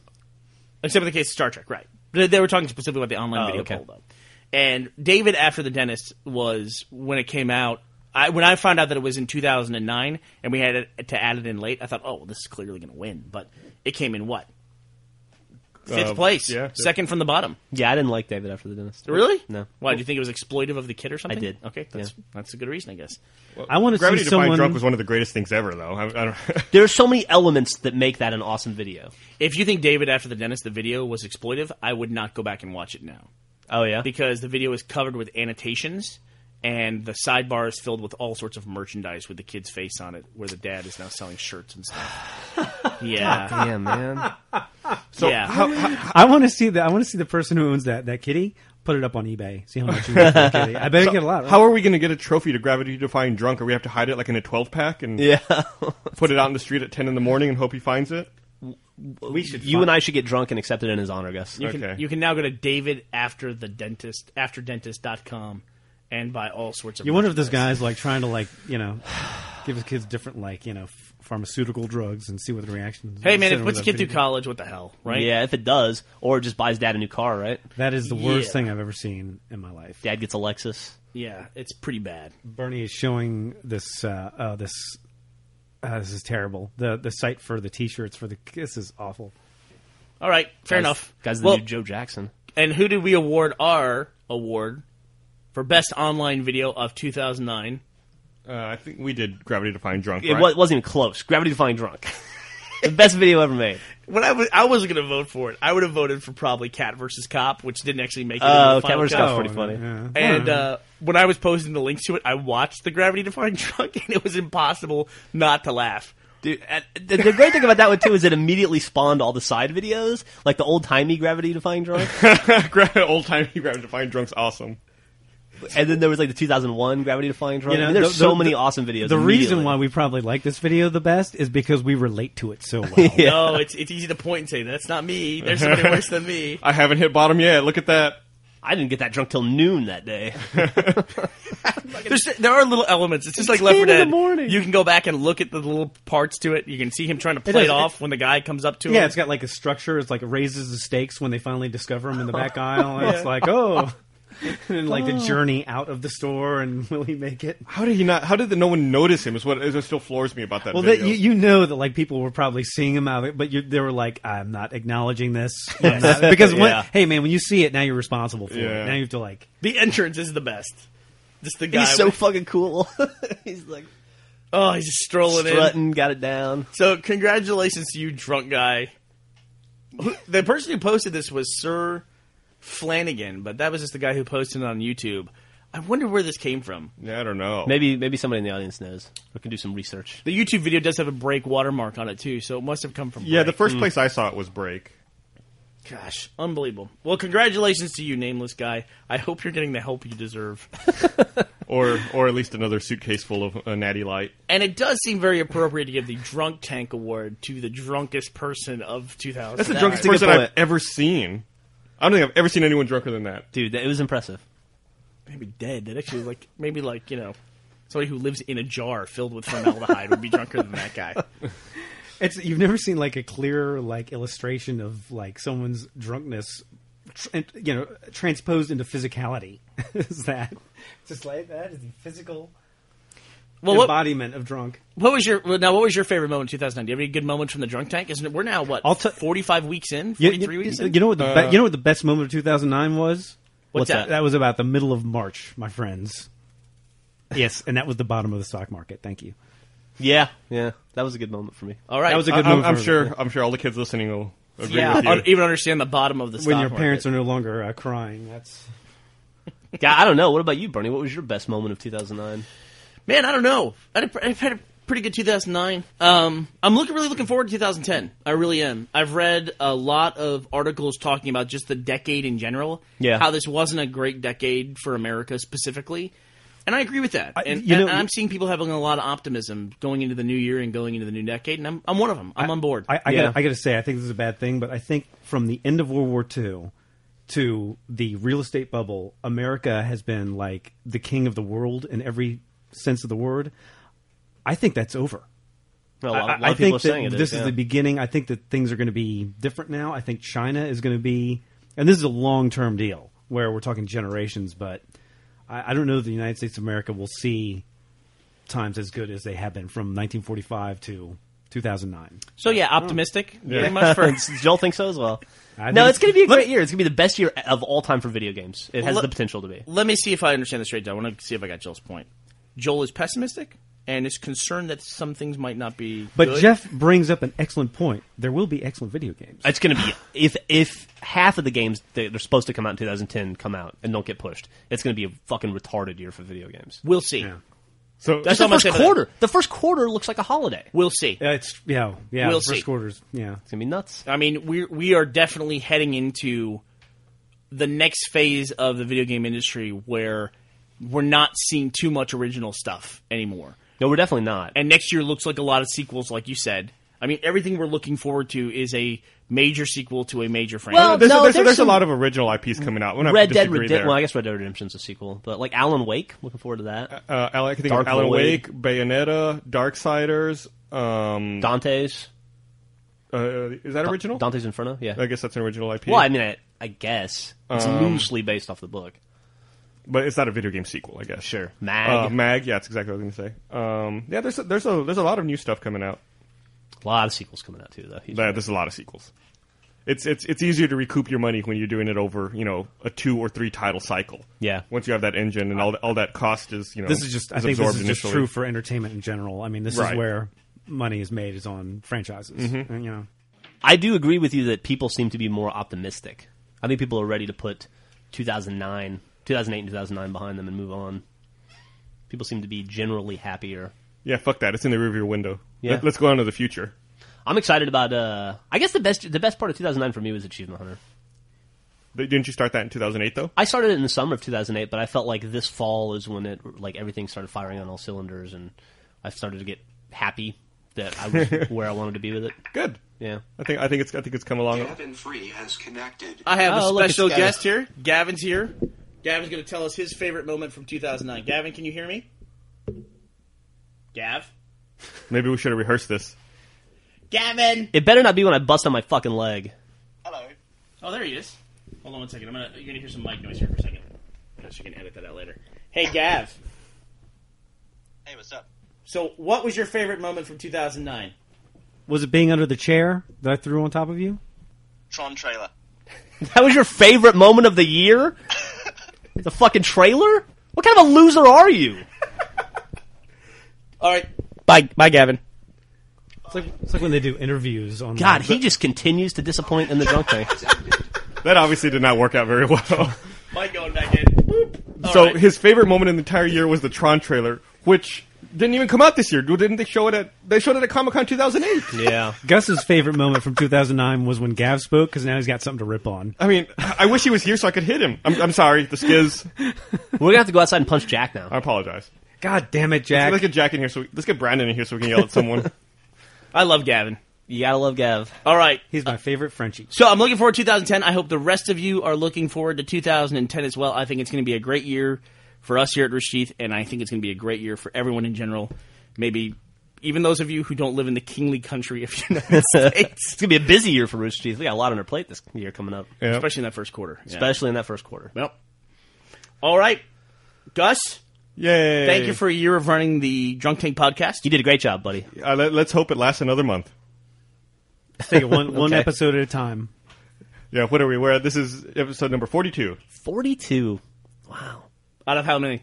C: except for the case of Star Trek, right? But they were talking specifically about the online
D: Oh,
C: video
D: okay.
C: poll, though. And David After the Dentist was, when it came out, I, when I found out that it was in 2009 and we had it, to add it in late, I thought, oh, well, this is clearly going to win. But it came in what? Fifth
B: Uh,
C: place.
B: yeah, fifth.
C: Second from the bottom.
D: Yeah, I didn't like David after the dentist.
C: Really?
D: No.
C: Why? Do you think it was exploitive of the kid or something?
D: did.
C: Okay, that's, that's a good reason, I guess.
E: I want to
B: Gravity
E: see
B: Defying
E: someone.
B: Drunk was one of the greatest things ever, though. I, I don't, *laughs*
E: *laughs*
D: There are so many elements that make that an awesome video.
C: If you think David after the dentist, the video was exploitive, I would not go back and watch it now
D: Oh yeah,
C: because the video is covered with annotations and the sidebar is filled with all sorts of merchandise with the kid's face on it, where the dad is now selling shirts and stuff.
D: *laughs*
C: yeah,
D: yeah, man.
B: so
C: yeah.
E: I want to see the I want to see the person who owns that that kitty put it up on eBay. See how much you get for that kitty. I bet you get a lot. Right?
B: How are we going to get a trophy to Gravity Defying Drunk? Or we have to hide it like in a 12 pack and
D: Yeah,
B: *laughs* put it out in the street at 10 in the morning and hope he finds it?
E: we should.
D: you and I should get drunk and accept it in his honor, Gus.
C: you can
B: okay.
C: you can now go to David after the dentist after dentist.com and buy all sorts of.
E: You wonder if this
C: merchandise.
E: guy's like trying to like you know give his kids different like you know f- pharmaceutical drugs and see what the reaction. is.
C: Hey man,
E: Send
C: if it
E: him
C: puts a
E: that
C: kid through
E: video.
C: college, what the hell, right?
D: Yeah, if it does, or just buys dad a new car, right?
E: That is the worst
C: Yeah.
E: thing I've ever seen in my life.
D: Dad gets a Lexus.
C: yeah, it's pretty bad.
E: Bernie is showing this. Uh, uh, this. Uh, this is terrible. The the site for the T-shirts for the this is awful.
C: All right, fair
D: Guy's-
C: enough.
D: Guy's the
C: Well,
D: new Joe Jackson.
C: And who did we award our award for best online video of 2009?
B: Uh, I think we did Gravity Defying Drunk.
D: It
B: right?
D: wa- wasn't even close. Gravity Defying Drunk. *laughs* the best video ever made.
C: When I was, I was going to vote for it. I would have voted for probably Cat versus Cop, which didn't actually make it. into
D: Oh,
C: the
D: Cat
C: final
D: versus
C: cut.
D: Cop's pretty funny.
E: Yeah.
C: And uh, when I was posting the links to it, I watched the Gravity Defying *laughs* Drunk, and it was impossible not to laugh.
D: Dude, and the, the great thing about that one too is it immediately spawned all the side videos, like the old timey Gravity Defying Drunk,
B: *laughs* Old timey Gravity Defying Drunk's awesome.
D: and then there was like the 2001 Gravity Defying Drunk.
E: You know,
D: I mean, there's
E: the-
D: so
E: the-
D: many
E: the-
D: awesome videos.
E: The reason
D: immediately.
E: why we probably like this video the best is because we relate to it so well.
C: No, it's it's easy to point and say that's not me. There's somebody worse than me.
B: I haven't hit bottom yet. Look at that.
D: I didn't get that drunk till noon that day.
C: There's, there are little elements. It's just like Left 4
E: 10 in the
C: Dead.
E: morning.
C: You can go back and look at the little parts to it. You can see him trying to play
E: does.
C: it, off when the guy comes up to him.
E: Yeah, it's got like a structure. It's like it raises the stakes when they finally discover him in the back aisle. And It's like oh, and like the journey out of the store and *laughs* will he make it?
B: How did he not? How did the, no one notice him? Is what is what still floors me about that.
E: Well, that,
B: video.
E: you you know that like people were probably seeing him out, of it, but you, they were like, I'm not acknowledging this I'm not- because when-
D: Yeah.
E: hey man, when you see it now, you're responsible for
B: Yeah.
E: it. Now you have to like.
C: The entrance is the best. Just the guy.
D: He's so
C: with-
D: fucking cool. *laughs* He's like
C: oh, he's just strolling in.
D: strutting, got it down.
C: So congratulations to you, drunk guy. Who- The person who posted this was Sir Flanagan, but that was just the guy who posted it on YouTube. I wonder where this came from.
B: Yeah, I don't know.
D: Maybe maybe somebody in the audience knows. We can do some research.
C: The YouTube video does have a break watermark on it too, so it must have come from.
B: Yeah, the
C: Break.
B: first place I saw it was Break.
C: Gosh, unbelievable. Well, congratulations to you, nameless guy. I hope you're getting the help
B: *laughs*
C: you deserve.
B: or or at least another suitcase full of uh, natty light.
C: And it does seem very appropriate to give the Drunk Tank Award to the drunkest person of 2000.
B: That's the drunkest
D: a good
B: person
D: point.
B: I've ever seen. I don't think I've ever seen anyone drunker than that.
D: Dude, that, it was impressive.
C: maybe dead. That actually like maybe like you know somebody who lives in a jar filled with formaldehyde would be drunker than that
E: *laughs*
C: guy.
E: It's you've never seen like a clearer like illustration of like someone's drunkenness, tr- and, you know, transposed into physicality. *laughs* is that just like that? Is the physical
C: Well, what,
E: embodiment of drunk?
C: what was your well, now? What was your favorite moment in 2009? Do you have any good moments from the Drunk Tank? Isn't it, we're now what
E: I'll t-
C: 45 weeks in,
E: You,
C: 43
E: you-
C: weeks in?
E: you know what the be- you know what the best moment of 2009 was?
C: What's
D: that?
E: That was about the middle of March, my friends. Yes, and that was the bottom of the stock market. Thank you.
D: Yeah, yeah, that was a good moment for me.
C: All right, Uh,
E: That was a
B: I,
E: good
B: I'm,
E: move.
B: I'm
E: for-
B: sure. I'm sure all the kids listening will Agree
C: yeah,
B: with you.
D: E-
C: un- even understand the bottom of the
E: when
C: stock
E: your parents
C: market.
E: are no longer uh, crying. That's
D: Yeah, I don't know. What about you, Bernie? What was your best moment of 2009?
C: Man, I don't know. I had a- I've had a pretty good 2009. Um, I'm looking really looking forward to 2010. I really am. I've read a lot of articles talking about just the decade in general.
D: Yeah.
C: How this wasn't a great decade for America specifically. And I agree with that. And,
E: you know-
C: and I'm seeing people having a lot of optimism going into the new year and going into the new decade, and I'm, I'm one of them. I'm on board.
E: I, I,
D: Yeah.
E: gotta, I gotta say, I think this is a bad thing, but I think from the end of World War II to the real estate bubble, America has been like the king of the world in every sense of the word. I think that's over.
D: Well, a lot, a
E: I-
D: lot
E: I
D: of people are
E: think that
D: saying it.
E: this is,
D: yeah.
E: the beginning. I think that things are going to be different now. I think China is going to be, and this is a long term deal where we're talking generations. But I, I don't know that the United States of America will see times as good as they have been from 1945 to 2009.
C: so yeah, optimistic.
E: Hmm.
C: Pretty much
E: *laughs*
C: for
D: Joel thinks so as well.
E: I
D: No,
E: think-
D: it's going to be a great year. It's going to be the best year of all time for video games. It has
C: Let-
D: the potential to be.
C: Let me see if I understand this right. Joe. I want to see if I got Joel's point. Joel is pessimistic and is concerned that some things might not be.
E: But
C: good.
E: Jeff brings up an excellent point. There will be excellent video games.
D: It's going to be if if half of the games that are supposed to come out in 2010 come out and don't get pushed, it's going to be a fucking retarded year for video games.
C: we'll see.
B: So
C: That's
D: the
C: all I'm
D: first
C: saying about
D: quarter. The first quarter looks like a holiday.
C: We'll see.
E: Uh, It's yeah, yeah.
C: We'll
E: the first
C: see.
E: quarters, yeah.
D: It's going to be nuts.
C: I mean, we we are definitely heading into the next phase of the video game industry where we're not seeing too much original stuff anymore.
D: No, we're definitely not.
C: And next year looks like a lot of sequels, like you said. I mean, everything we're looking forward to is a major sequel to a major franchise.
D: Well,
B: there's,
D: No,
B: there's,
D: there's
B: there's,
D: some-
B: a lot of original IPs coming out. We're not
D: Red Dead
B: disagree
D: Redemption.
B: there.
D: Well, I guess Red Dead Redemption's a sequel, but like Alan Wake, looking forward to that.
B: uh, Alan, I can think
D: Dark
B: of Alan
D: Void.
B: Wake, Bayonetta, Darksiders. Um,
D: Dante's
B: uh, is that original?
D: Dante's Inferno. Yeah.
B: I guess that's an original IP.
D: Well, I mean, I, I guess it's loosely based off the book.
B: but it's not a video game sequel, I guess.
D: Sure, Mag.
B: Uh, Mag, yeah, that's exactly what I was going to say. Um, yeah, there's a, there's a there's a lot of new stuff coming out.
D: a lot of sequels coming out too, though. He's-
B: Yeah, There's a lot of sequels. It's it's it's easier to recoup your money when you're doing it over you know a two or three title cycle.
D: Yeah.
B: Once you have that engine and all all that cost is you know
E: This is just. I think this
B: absorbed
E: is just
B: initially.
E: true for entertainment in general. I mean, this
B: Right.
E: is where money is made is on franchises.
D: Mm-hmm.
E: And, you know.
D: I do agree with you that people seem to be more optimistic. I think people are ready to put 2009, 2008, and 2009 behind them and move on. People seem to be generally happier.
B: Yeah, fuck that. It's in the rearview window.
D: Yeah.
B: Let, us go on to the future.
D: I'm excited about. Uh, I guess the best the best part of 2009 for me was Achievement Hunter.
B: Th- Didn't you start that in 2008 though?
D: I started it in the summer of 2008, but I felt like this fall is when it like everything started firing on all cylinders, and I started to get happy that I
B: *laughs*
D: was where I wanted to be with it.
B: Good.
D: Yeah.
B: I think I think it's I think it's come along.
F: Gavin Free has connected.
C: I have
D: Oh,
C: a
D: look, it's
C: special
D: Gavin.
C: guest here. Gavin's here. Gavin's going to tell us his favorite moment from 2009. Gavin, can you hear me? Gav?
B: Maybe we should have rehearsed this.
C: Gavin!
D: It better not be when I bust on my fucking leg.
F: Hello.
C: Oh, there he is. Hold on one second. I'm gonna, you're going to hear some mic noise here for a second. Unless you can edit that out later. Hey, Gav.
F: Hey, what's up?
C: So, what was your favorite moment from 2009?
E: Was it being under the chair that I threw on top of you?
F: Tron trailer.
D: That was your favorite moment of
B: *laughs*
D: the year? the fucking trailer? What kind of a loser are you?
C: All right. Bye, bye, Gavin.
E: It's like it's like when they do interviews on
D: God, he just continues to disappoint in the
B: *laughs*
D: junk thing.
B: That obviously did not work out very
E: *laughs*
B: well.
C: Mike going back in. Boop. All
B: so
C: right.
B: his favorite moment in the entire year was the Tron trailer, which didn't even come out this year. Didn't they show it at they showed it at Comic Con 2008?
D: Yeah.
E: *laughs* Gus's favorite moment from 2009 was when Gav spoke because now he's got something to rip on.
B: I mean, I wish he was here so I could hit him. I'm, I'm sorry, the skiz.
D: We're going to have to go outside and punch Jack now.
B: I apologize.
E: God damn it, Jack!
B: Let's get Jack in here. So we, let's get Brandon in here so we can yell at someone.
C: I love Gavin.
D: You got to love Gav.
C: All right.
E: *laughs* He's my favorite Frenchie.
C: So I'm looking forward to 2010. I hope the rest of you are looking forward to 2010 as well. I think it's going to be a great year for us here at Rashid, and I think it's going to be a great year for everyone in general. Maybe even those of you who don't live in the kingly country of the
D: *laughs*
C: United
D: it's
C: States,
D: going to be a busy year for Rooster Teeth. They got a lot on their plate this year coming up,
B: Yeah.
C: especially in that first quarter. Yeah.
D: especially in that first quarter.
C: Well, all right, Gus.
B: Yay!
C: Thank you for a year of running the Drunk Tank podcast.
D: You did a great job, buddy.
B: Uh, let, let's hope it lasts another month.
E: Take it one one *laughs*
D: Okay.
E: episode at a time.
B: Yeah. What are we? Where this is episode number 42.
D: 42. Wow.
C: Out of how many?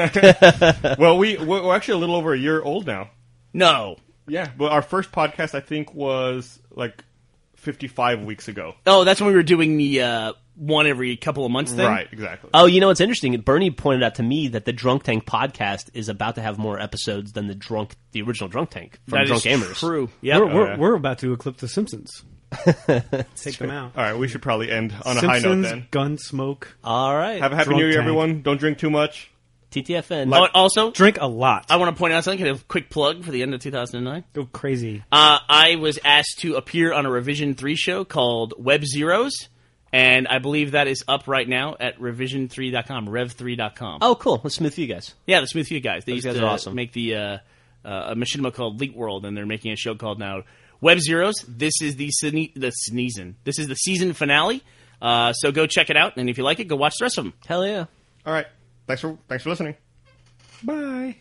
B: well, we we're we're actually a little over a year old now.
C: No.
B: Yeah, but our first podcast I think was like 55 weeks ago.
E: Um,
C: Oh, that's when we were doing the uh, one every couple of months thing.
B: Right, exactly.
E: uh,
D: Oh, you know what's interesting? Bernie pointed out to me that the Drunk Tank podcast is about to have more episodes than the drunk, the original Drunk Tank from
C: That is
D: Drunk Gamers.
C: True.
E: We're,
C: Yep.
E: we're,
B: yeah.
E: we're about to eclipse
B: *laughs*
E: the Simpsons. Take them out.
B: All right, we should probably end on a high note
E: Simpsons,
B: then.
E: Gunsmoke.
D: All right.
B: Have a happy
E: Drunk
B: new year,
E: tank.
B: everyone. Don't drink too much.
D: TTFN.
C: Oh, and also,
E: Drink a lot.
C: I want to point out something. Can I have a quick plug for the end of 2009?
E: Go crazy.
C: Uh, I was asked to appear on a Revision 3 show called Web Zeros, and I believe that is up right now at revision3.com, rev3.com.
D: oh, cool. Let's smooth for you guys.
C: Yeah, the Smooth Few guys. They
D: Those
C: used
D: guys
C: to
D: are awesome.
C: make the uh, uh, a machinima called Leak World, and they're making a show called now Web Zeros. This is the Sydney, the sneezing. This is the season finale. Uh, so go check it out, and if you like it, go watch the rest of them.
D: Hell yeah.
B: All right. Thanks for thanks for listening.
E: Bye.